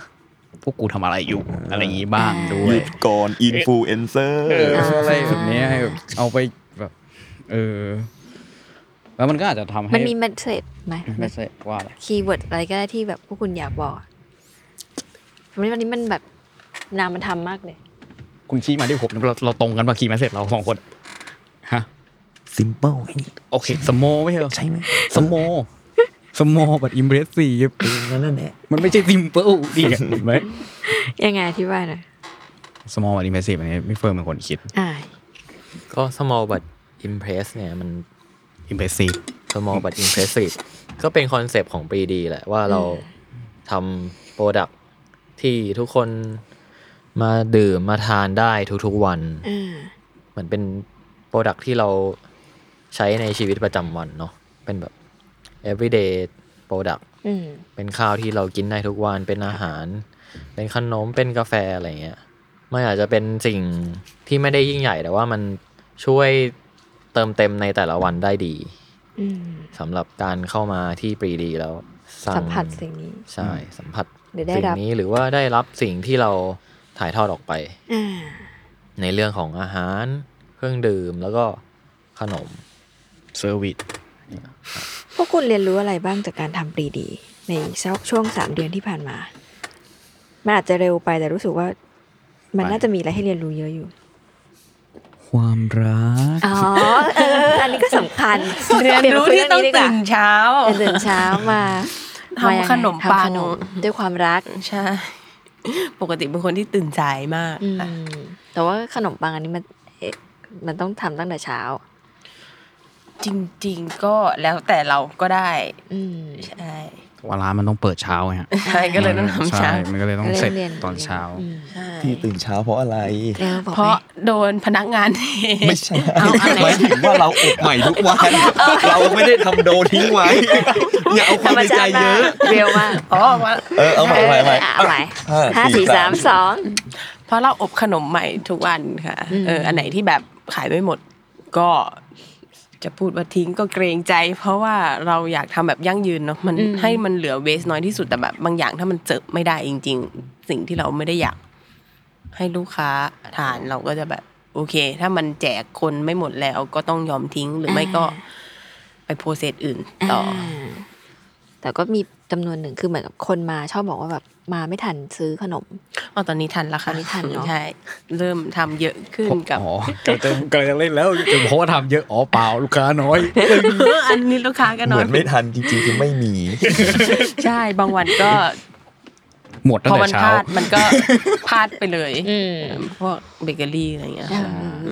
Speaker 4: พวกกูทำอะไรอยู่อะไรอย่างงี้บ้างด้วย
Speaker 5: หยุดก่อนอินฟลูเอนเซอร์
Speaker 4: เอออะไร
Speaker 2: อ่า
Speaker 4: แบบเนี้ยแบบเอาไปแบบเออ แล้วมันก็อาจจะทำให้
Speaker 2: มันมีเมสเซจไหม
Speaker 4: ไม่ใช่ว่าอะไร
Speaker 2: คีย์เวิร์ดอะไรก็ได้ที่แบบพวกคุณอยากบอกวันนี้วันนี้มันแบบนามมันทำมากเลย
Speaker 4: คุณชี้มาที่ผมเราเราตรงกันปะคีย์แมสเซจเราสองคนฮะ
Speaker 5: ซิมเปิล
Speaker 4: โอเคสโมไม่ใช่เหรอ
Speaker 5: ใช่ไหม
Speaker 4: สโมสโมบัดอิมเพรสซีฟ
Speaker 5: นั่นแหละ
Speaker 4: มันไม่ใช่ซิมเปิลดิเห็นไหม
Speaker 2: ยังไงอธิบายหน่อย
Speaker 4: สโมบัดอิมเพรสซีฟอันนี้ไม่เฟิร์มเป็นคนคิด
Speaker 2: อ่า
Speaker 3: ก็ small but impress เนี่ยมัน
Speaker 4: อิมเพรสซีฟ
Speaker 3: small but impressive ก็เป็นคอนเซปต์ของปรีดีแหละว่าเราทำโปรดักที่ทุกคนมาดื่มมาทานได้ทุกๆวัน
Speaker 2: อ่า
Speaker 3: เหมือนเป็นโปรดักที่เราใช้ในชีวิตประจำวันเนาะเป็นแบบ everyday product
Speaker 2: อืม
Speaker 3: เป็นข้าวที่เรากินได้ทุกวันเป็นอาหาร เป็นขนมเป็นกาแฟอะไรเงี้ยมันอาจจะเป็นสิ่งที่ไม่ได้ยิ่งใหญ่แต่ว่ามันช่วยเติมเต็มในแต่ละวันได้ดี
Speaker 2: อืม
Speaker 3: สำหรับการเข้ามาที่ปรีดีแล้วง
Speaker 2: สัมผัสสิ่งนี้
Speaker 3: ใช่สัมผัส
Speaker 2: หรือได้
Speaker 3: สิ่ง
Speaker 2: รับ
Speaker 3: นี้หรือว่าได้รับสิ่งที่เราถ่ายทอดออกไป
Speaker 2: อ่า
Speaker 3: ในเรื่องของอาหาร เครื่องดื่มแล้วก็ขนม
Speaker 4: เซอร์วิส
Speaker 2: พวกคุณเรียนรู้อะไรบ้างจากการทำปรีดี ในช่วงสามเดือนที่ผ่านมา มันอาจจะเร็วไปแต่รู้สึกว่า มันน่าจะมีอะไรให้เรียนรู้เยอะอยู่
Speaker 4: ความรัก
Speaker 2: อ๋อ เอ อ อันนี้ก็สำคัญ
Speaker 6: เรียนรู้ที่ต้องตื่นเช้า
Speaker 2: เรียนตื่นเช้ามา
Speaker 6: ทำขนมปัง
Speaker 2: ทำขนมด้วยความรัก
Speaker 6: ใช่ ปกติเป็นคนที่ตื่นสายมาก
Speaker 2: อืม
Speaker 6: ค่ะ
Speaker 2: แต่ว่าขนมปังอันนี้มันเอ๊ะมันต้องทำตั้งแต่เช้า
Speaker 6: จริง ๆ ก็แล้วแต่เราก็ได้
Speaker 2: อืม
Speaker 6: ใช่
Speaker 4: ว่าร้านมันต้องเปิดเช้าไงฮะ
Speaker 6: ใช่ก็เลยต้องทำเช้า
Speaker 4: ใช่มันก็เลยต้องเสร็จ
Speaker 2: เรียน
Speaker 4: ตอนเช้า
Speaker 6: ใช่
Speaker 5: ที่ตื่นเช้าเพราะอะไร
Speaker 2: เร็วบอก
Speaker 6: เพราะ
Speaker 2: ไหม
Speaker 6: โดนพนักงาน เท
Speaker 5: ไม่ใช่
Speaker 6: เอาอะไร
Speaker 5: หมายถึงว่าเราอบใหม่ทุกวัน เราไม่ได้ทำโดทิ้งไว้ อย่าเอาความในใจเยอะ
Speaker 2: เร็วมาก
Speaker 6: อ๋อว่า
Speaker 5: เออเอาใหม่ใหม่ให
Speaker 2: เอ
Speaker 5: ม่
Speaker 2: อเอาใหม่
Speaker 5: ห้า
Speaker 2: ห้า
Speaker 5: สี่
Speaker 2: สี่สาม
Speaker 5: สาม
Speaker 2: สอง
Speaker 6: เพราะเราอบขนมใหม่ทุกวันค่ะ
Speaker 2: อืม
Speaker 6: เออ อันไหนที่แบบขายไม่หมดก็จะพูดว่าทิ้งก็เกรงใจ เพราะว่าเราอยากทำแบบยั่งยืนเนาะมันให้มันเหลือเวสน้อยที่สุดแต่แบบบางอย่างถ้ามันเจอไม่ได้จริง ๆ สิ่งที่เราไม่ได้อยาก ให้ลูกค้าทานเราก็จะแบบ โอเค ถ้ามันแจกคนไม่หมดแล้วก็ต้องยอมทิ้งหรือไม่ก็ไปโปรเซสอื่นต่ออ
Speaker 2: อ่าแต่ก็มีจำนวนหนึ่งคือเหมือนกับคนมาชอบบอกว่าแบบมาไม่ทันซื้อขนม
Speaker 6: อ๋อตอนนี้ทันแล้วค่ะ
Speaker 2: ตอนนี้ทันเนอะ
Speaker 6: ใช่ เริ่มทำเยอะขึ้นกับ
Speaker 4: อ๋อกำลังจะกำลังจะเล่นแล้วจะบอกว่าทำเยอะอ๋อเปล่าลูกค้าน้อย
Speaker 6: อันนี้ลูกค้าก็
Speaker 5: เห
Speaker 6: น้อ
Speaker 5: มื
Speaker 6: ย
Speaker 5: อนไม่ทันจริงๆคือไม่มี
Speaker 6: ใช่บางวันก็
Speaker 4: หมดตั้
Speaker 6: พ
Speaker 4: ง
Speaker 6: อ
Speaker 4: แต่
Speaker 6: มันพ
Speaker 4: เช้า
Speaker 6: ลาดมันก็พลาดไปเลย
Speaker 2: อืม
Speaker 6: พวกเบเกอรี่อะไรอย่างเงี้ยค่ะ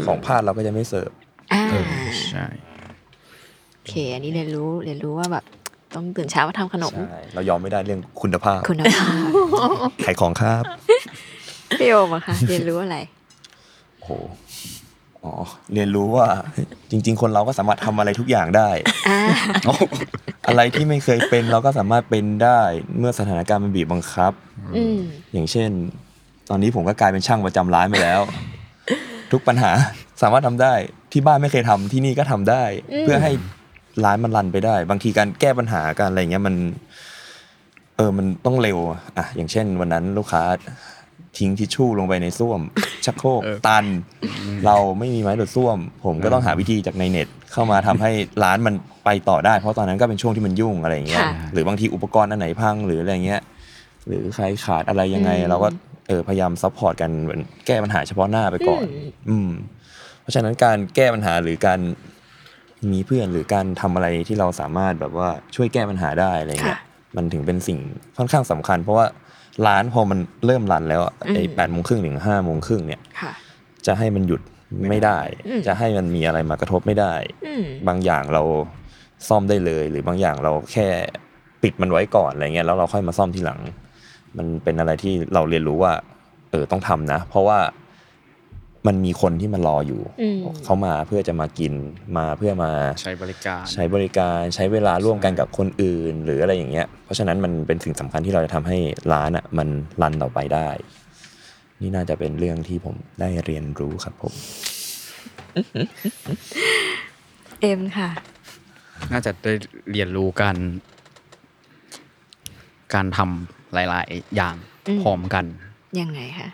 Speaker 5: ของพลาดเราก็จะไม่เสิร์ฟ
Speaker 2: อ่า
Speaker 4: เออใช่
Speaker 2: โอเค อันนี้เรียนรู้เรียนรู้ว่าแบบต้องตื่นเช้ามาทำขนม
Speaker 5: ใช่ เรายอมไม่ได้เรื่องคุณภาพ
Speaker 2: คุณภา พ
Speaker 5: ขายของครับ
Speaker 2: พี่โอม อะคะเรียนรู้อะไร
Speaker 5: โอ้โหอ๋อ เรียนรู้ว่า จริง ๆ คนเราก็สามารถทำอะไรทุกอย่างได้
Speaker 2: อ่า
Speaker 5: อะไรที่ไม่เคยเป็นเราก็สามารถเป็นได้ เมื่อสถานการณ์มันบีบบังคับ
Speaker 2: อืม
Speaker 5: อย่างเช่น ตอนนี้ผมก็กลายเป็นช่างประจำร้านไปแล้ว ทุกปัญหาสามารถทำได้ที่บ้านไม่เคยทำที่นี่ก็ทำได้
Speaker 2: อืม
Speaker 5: เพื่อให้ร้านมันรันไปได้ บางทีการแก้ปัญหาการอะไรเงี้ยมัน เออมันต้องเร็วอะอ่ะอย่างเช่น วันนั้นลูกค้าทิ้งทิชชู่ลงไปในส้วม ชักโครกตัน เราไม่มีไม้ดูดส้วม ผมก็ต้องหาวิธีจากในเน็ต เข้ามาทำให้ร้านมันไปต่อได้ เพราะตอนนั้นก็เป็นช่วงที่มันยุ่งอะไรอย่างเงี้ย
Speaker 2: ค่ะ
Speaker 5: หรือบางทีอุปกรณ์อันไหนพังหรืออะไรเงี้ย หรือใครขาดอะไรยังไง
Speaker 2: อืม
Speaker 5: เราก็เออพยายามซัพพอร์ตกันเหมือนแก้ปัญหาเฉพาะหน้าไปก่อน
Speaker 2: อืม
Speaker 5: อืม เพราะฉะนั้นการแก้ปัญหาหรือการมีเพื่อนหรือการทำอะไรที่เราสามารถแบบว่าช่วยแก้ปัญหาได้อะไรเงี้ยมันถึงเป็นสิ่งค่อนข้างสำคัญ เพราะว่าร้านพอมันเริ่มรันแล้วอะไอ้แปดโมงครึ่งถึงห้าโมงครึ่งเนี่ย
Speaker 2: ค่ะ
Speaker 5: จะให้มันหยุด ไม่ได้
Speaker 2: อืม
Speaker 5: จะให้มันมีอะไรมากระทบไม่ได้
Speaker 2: อืม
Speaker 5: บางอย่างเราซ่อมได้เลย หรือบางอย่างเราแค่ปิดมันไว้ก่อนอะไรเงี้ยแล้วเราค่อยมาซ่อมทีหลัง มันเป็นอะไรที่เราเรียนรู้ว่า เออต้องทำนะ เพราะว่ามันมีคนที่มันรออยู่
Speaker 2: อืม
Speaker 5: เขามาเพื่อจะมากินมาเพื่อมา
Speaker 4: ใช้บริการ
Speaker 5: ใช้บริการใช้เวลาร่วมกัน
Speaker 4: ใช่
Speaker 5: กับคนอื่น หรืออะไรอย่างเงี้ย เพราะฉะนั้นมันเป็นสิ่งสำคัญที่เราจะทำให้ร้านอ่ะ มันรันต่อไปได้ นี่น่าจะเป็นเรื่องที่ผมได้เรียนรู้ครับผม
Speaker 2: เอ็มค่ะ
Speaker 4: น่าจะได้เรียนรู้การ การทำหลาย ๆ อย่าง
Speaker 2: อืม
Speaker 4: พร้อมกัน
Speaker 2: ยังไงคะ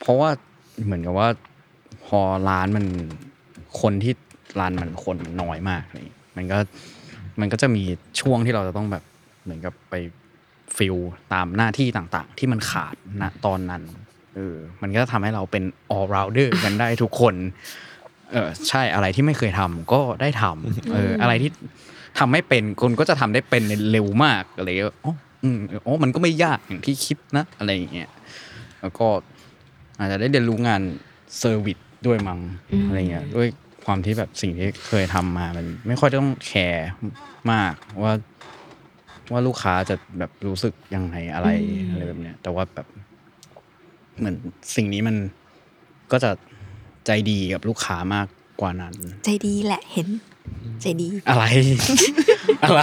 Speaker 4: เพราะว่าเหมือนกับว่า พอร้านมันคนที่ร้านมันคนมันน้อยมากเลยมันก็มันก็จะมีช่วงที่เราจะต้องแบบเหมือนกับไปฟิลตามหน้าที่ต่างๆ ที่มันขาดณตอนนั้นเออมันก็ทำให้เราเป็น all rounder กันได้ทุกคน เออใช่อะไรที่ไม่เคยทำก็ได้ทำเอออะไรที่ทำไม่เป็นคนก็จะทำได้เป็นในเร็วมากอะไรอย่างเงี้ยอ๋ออืมอ๋อมันก็ไม่ยากอย่างที่คิดนะ อะไรอย่างเงี้ย แล้วก็อาจจะได้เรียนรู้งานเซอร์วิสด้วยมั้งอะไรเงี้ยด้วยความที่แบบสิ่งที่เคยทำมามันไม่ค่อยต้องแคร์มากว่าว่าลูกค้าจะแบบรู้สึกยังไงอะไรอะไรแบบเนี้ยแต่ว่าแบบ เหมือนสิ่งนี้มันก็จะใจดีกับลูกค้ามากกว่านั้น
Speaker 2: ใจดีแหละเห็น ใจดี
Speaker 4: อะไร อะไร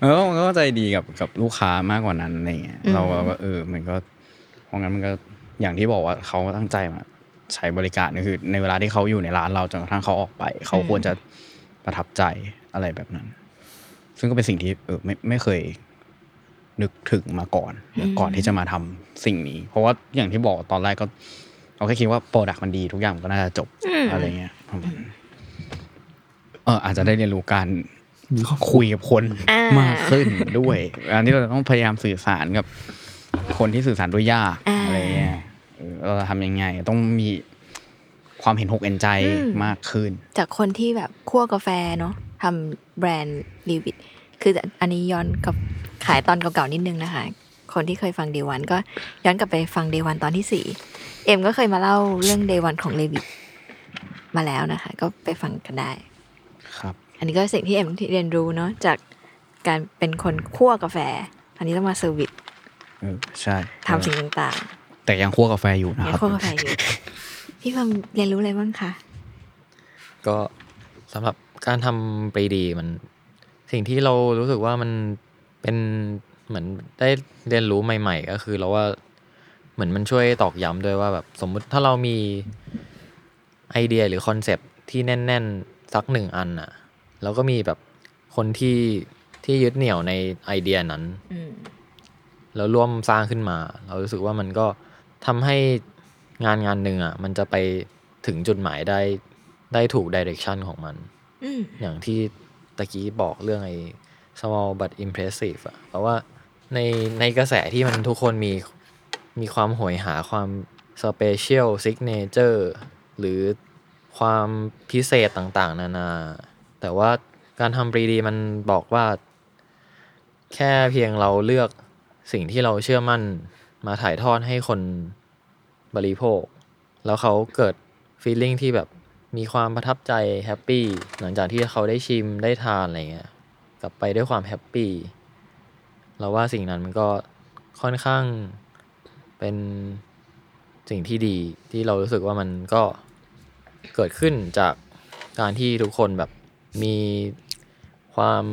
Speaker 4: เออมันก็ใจดีกับกับลูกค้ามากกว่านั้นอะไรเงี้ย
Speaker 2: อืม
Speaker 4: เราก็ว่าเออ มันก็เพราะงั้นมันก็อย่างที่บอกว่าเขาก็ตั้งใจมาใช้บริการก็คือ ในเวลาที่เขาอยู่ในร้านเราจนกระทั่งเขาออกไป เขาควรจะประทับใจอะไรแบบนั้น ซึ่งก็เป็นสิ่งที่เออไม่ไม่เคย นึกถึงมาก่อนก่อนที่จะมาทำสิ่งนี้ เพราะว่าอย่างที่บอกตอนแรกก็เราแค่คิดว่าโปรดักมันดีทุกอย่างมันก็น่าจะจบอะไรเงี้ยประมาณนั้นเอออาจจะได้เรียนรู้การคุยกับคน
Speaker 2: อ่าม
Speaker 4: มากขึ้นด้วยอันนี้เราต้องพยายามสื่อสารกับ คนที่สื่อสารด้วยยากอะไรเงี้ยเออเราจะทำยังไง ต้องมีความเห็นหกเอ็นใจมากขึ้น
Speaker 2: จากคนที่แบบคั่วกาแฟเนาะทำแบรนด์ลีวิตคืออันนี้ย้อนกับขายตอนเก่าๆนิดนึงนะคะ คนที่เคยฟังเดวันก็ย้อนกลับไปฟังเดวันตอนที่สี่เอ็มก็เคยมาเล่าเรื่องเดวันของเลวิตมาแล้วนะคะ ก็ไปฟังกันได้
Speaker 4: ครับ
Speaker 2: อันนี้ก็สิ่งที่เอ็มที่เรียนรู้เนาะจากการเป็นคนคั่วกาแฟ อันนี้ต้องมาเซอร์วิส
Speaker 4: เออใช่
Speaker 2: ทำสิ่งต่าง
Speaker 4: แต่ยังคั่วกาแฟอยู่
Speaker 2: ๆ
Speaker 4: นะ
Speaker 2: เนี่ย
Speaker 4: ครับ
Speaker 2: คั่วกาแฟอยู่ พี่เพิ่มเรียนรู้อะไรบ้างคะ
Speaker 3: ก็สำหรับการทำปรีดีมัน สิ่งที่เรารู้สึกว่ามันเป็นเหมือนได้เรียนรู้ใหม่ ๆ ก็คือเราว่าเหมือนมันช่วยตอกย้ำด้วยว่าแบบสมมุติถ้าเรามีไอเดียหรือคอนเซปต์ที่แน่น ๆ สักหนึ่งอันอ่ะ แล้วก็มีแบบคนที่ที่ยึดเหนี่ยวในไอเดียนั้น
Speaker 2: อืม
Speaker 3: แล้วร่วมสร้างขึ้นมา เรารู้สึกว่ามันก็ทำให้งานงานหนึ่งอ่ะมันจะไปถึงจุดหมายได้ได้ถูกดิเรกชันของมัน
Speaker 2: อืม
Speaker 3: อย่างที่ตะกี้บอกเรื่องไอ้ small but impressive อะเพราะว่าในในกระแสที่มันทุกคนมีมีความโหยหาความ special signature หรือความพิเศษต่างๆ นานา แต่ว่าการทำปรีดีมันบอกว่า แค่เพียงเราเลือกสิ่งที่เราเชื่อมั่นมาถ่ายทอดให้คนบริโภค แล้วเขาเกิด ฟีลลิ่งที่แบบมีความประทับใจแฮปปี้หลังจากที่เขาได้ชิมได้ทานอะไรเงี้ยกลับไปด้วยความแฮปปี้เราว่าสิ่งนั้นมันก็ค่อนข้างเป็นสิ่งที่ดีที่เรารู้สึกว่ามันก็เกิดขึ้นจากการที่ทุกคนแบบมีความ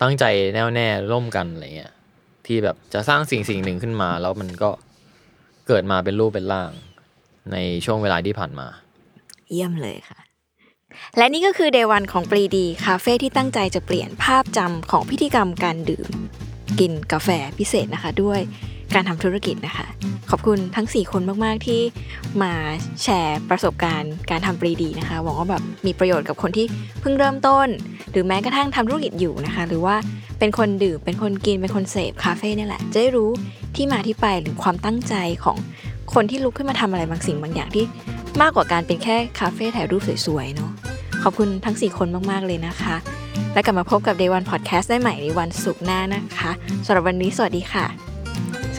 Speaker 3: ตั้งใจแน่วแน่ร่วมกันอะไรเงี้ยที่แบบจะสร้างสิ่งสิ่งหนึ่งขึ้นมา แล้วมันก็เกิดมาเป็นรูปเป็นร่าง ในช่วงเวลาที่ผ่านมา
Speaker 2: เยี่ยมเลยค่ะ และนี่ก็คือ Day วันของปรีดี คาเฟ่ที่ตั้งใจจะเปลี่ยนภาพจำของพิธีกรรมการดื่ม กินกาแฟพิเศษนะคะ ด้วยการทำธุรกิจนะคะ ขอบคุณทั้ง 4 คนมาก ๆ ที่มาแชร์ประสบการณ์การทำปรีดีนะคะ หวังว่าแบบมีประโยชน์กับคนที่เพิ่งเริ่มต้น หรือแม้กระทั่งทำธุรกิจอยู่นะคะ หรือว่าเป็นคนดื่มเป็นคนกินเป็นคนเสพคาเฟ่เนี่ยแหละจะได้รู้ที่มาที่ไปหรือความตั้งใจของคนที่ลุกขึ้นมาทำอะไรบางสิ่งบางอย่างที่ มากกว่าการเป็นแค่คาเฟ่ถ่ายรูปสวยๆเนาะขอบคุณทั้ง 4 คนมาก ๆ เลยนะคะ และกลับมาพบกับ Day One Podcast ได้ใหม่ในวันศุกร์หน้านะคะสำหรับวันนี้สวัสดีค่ะ ส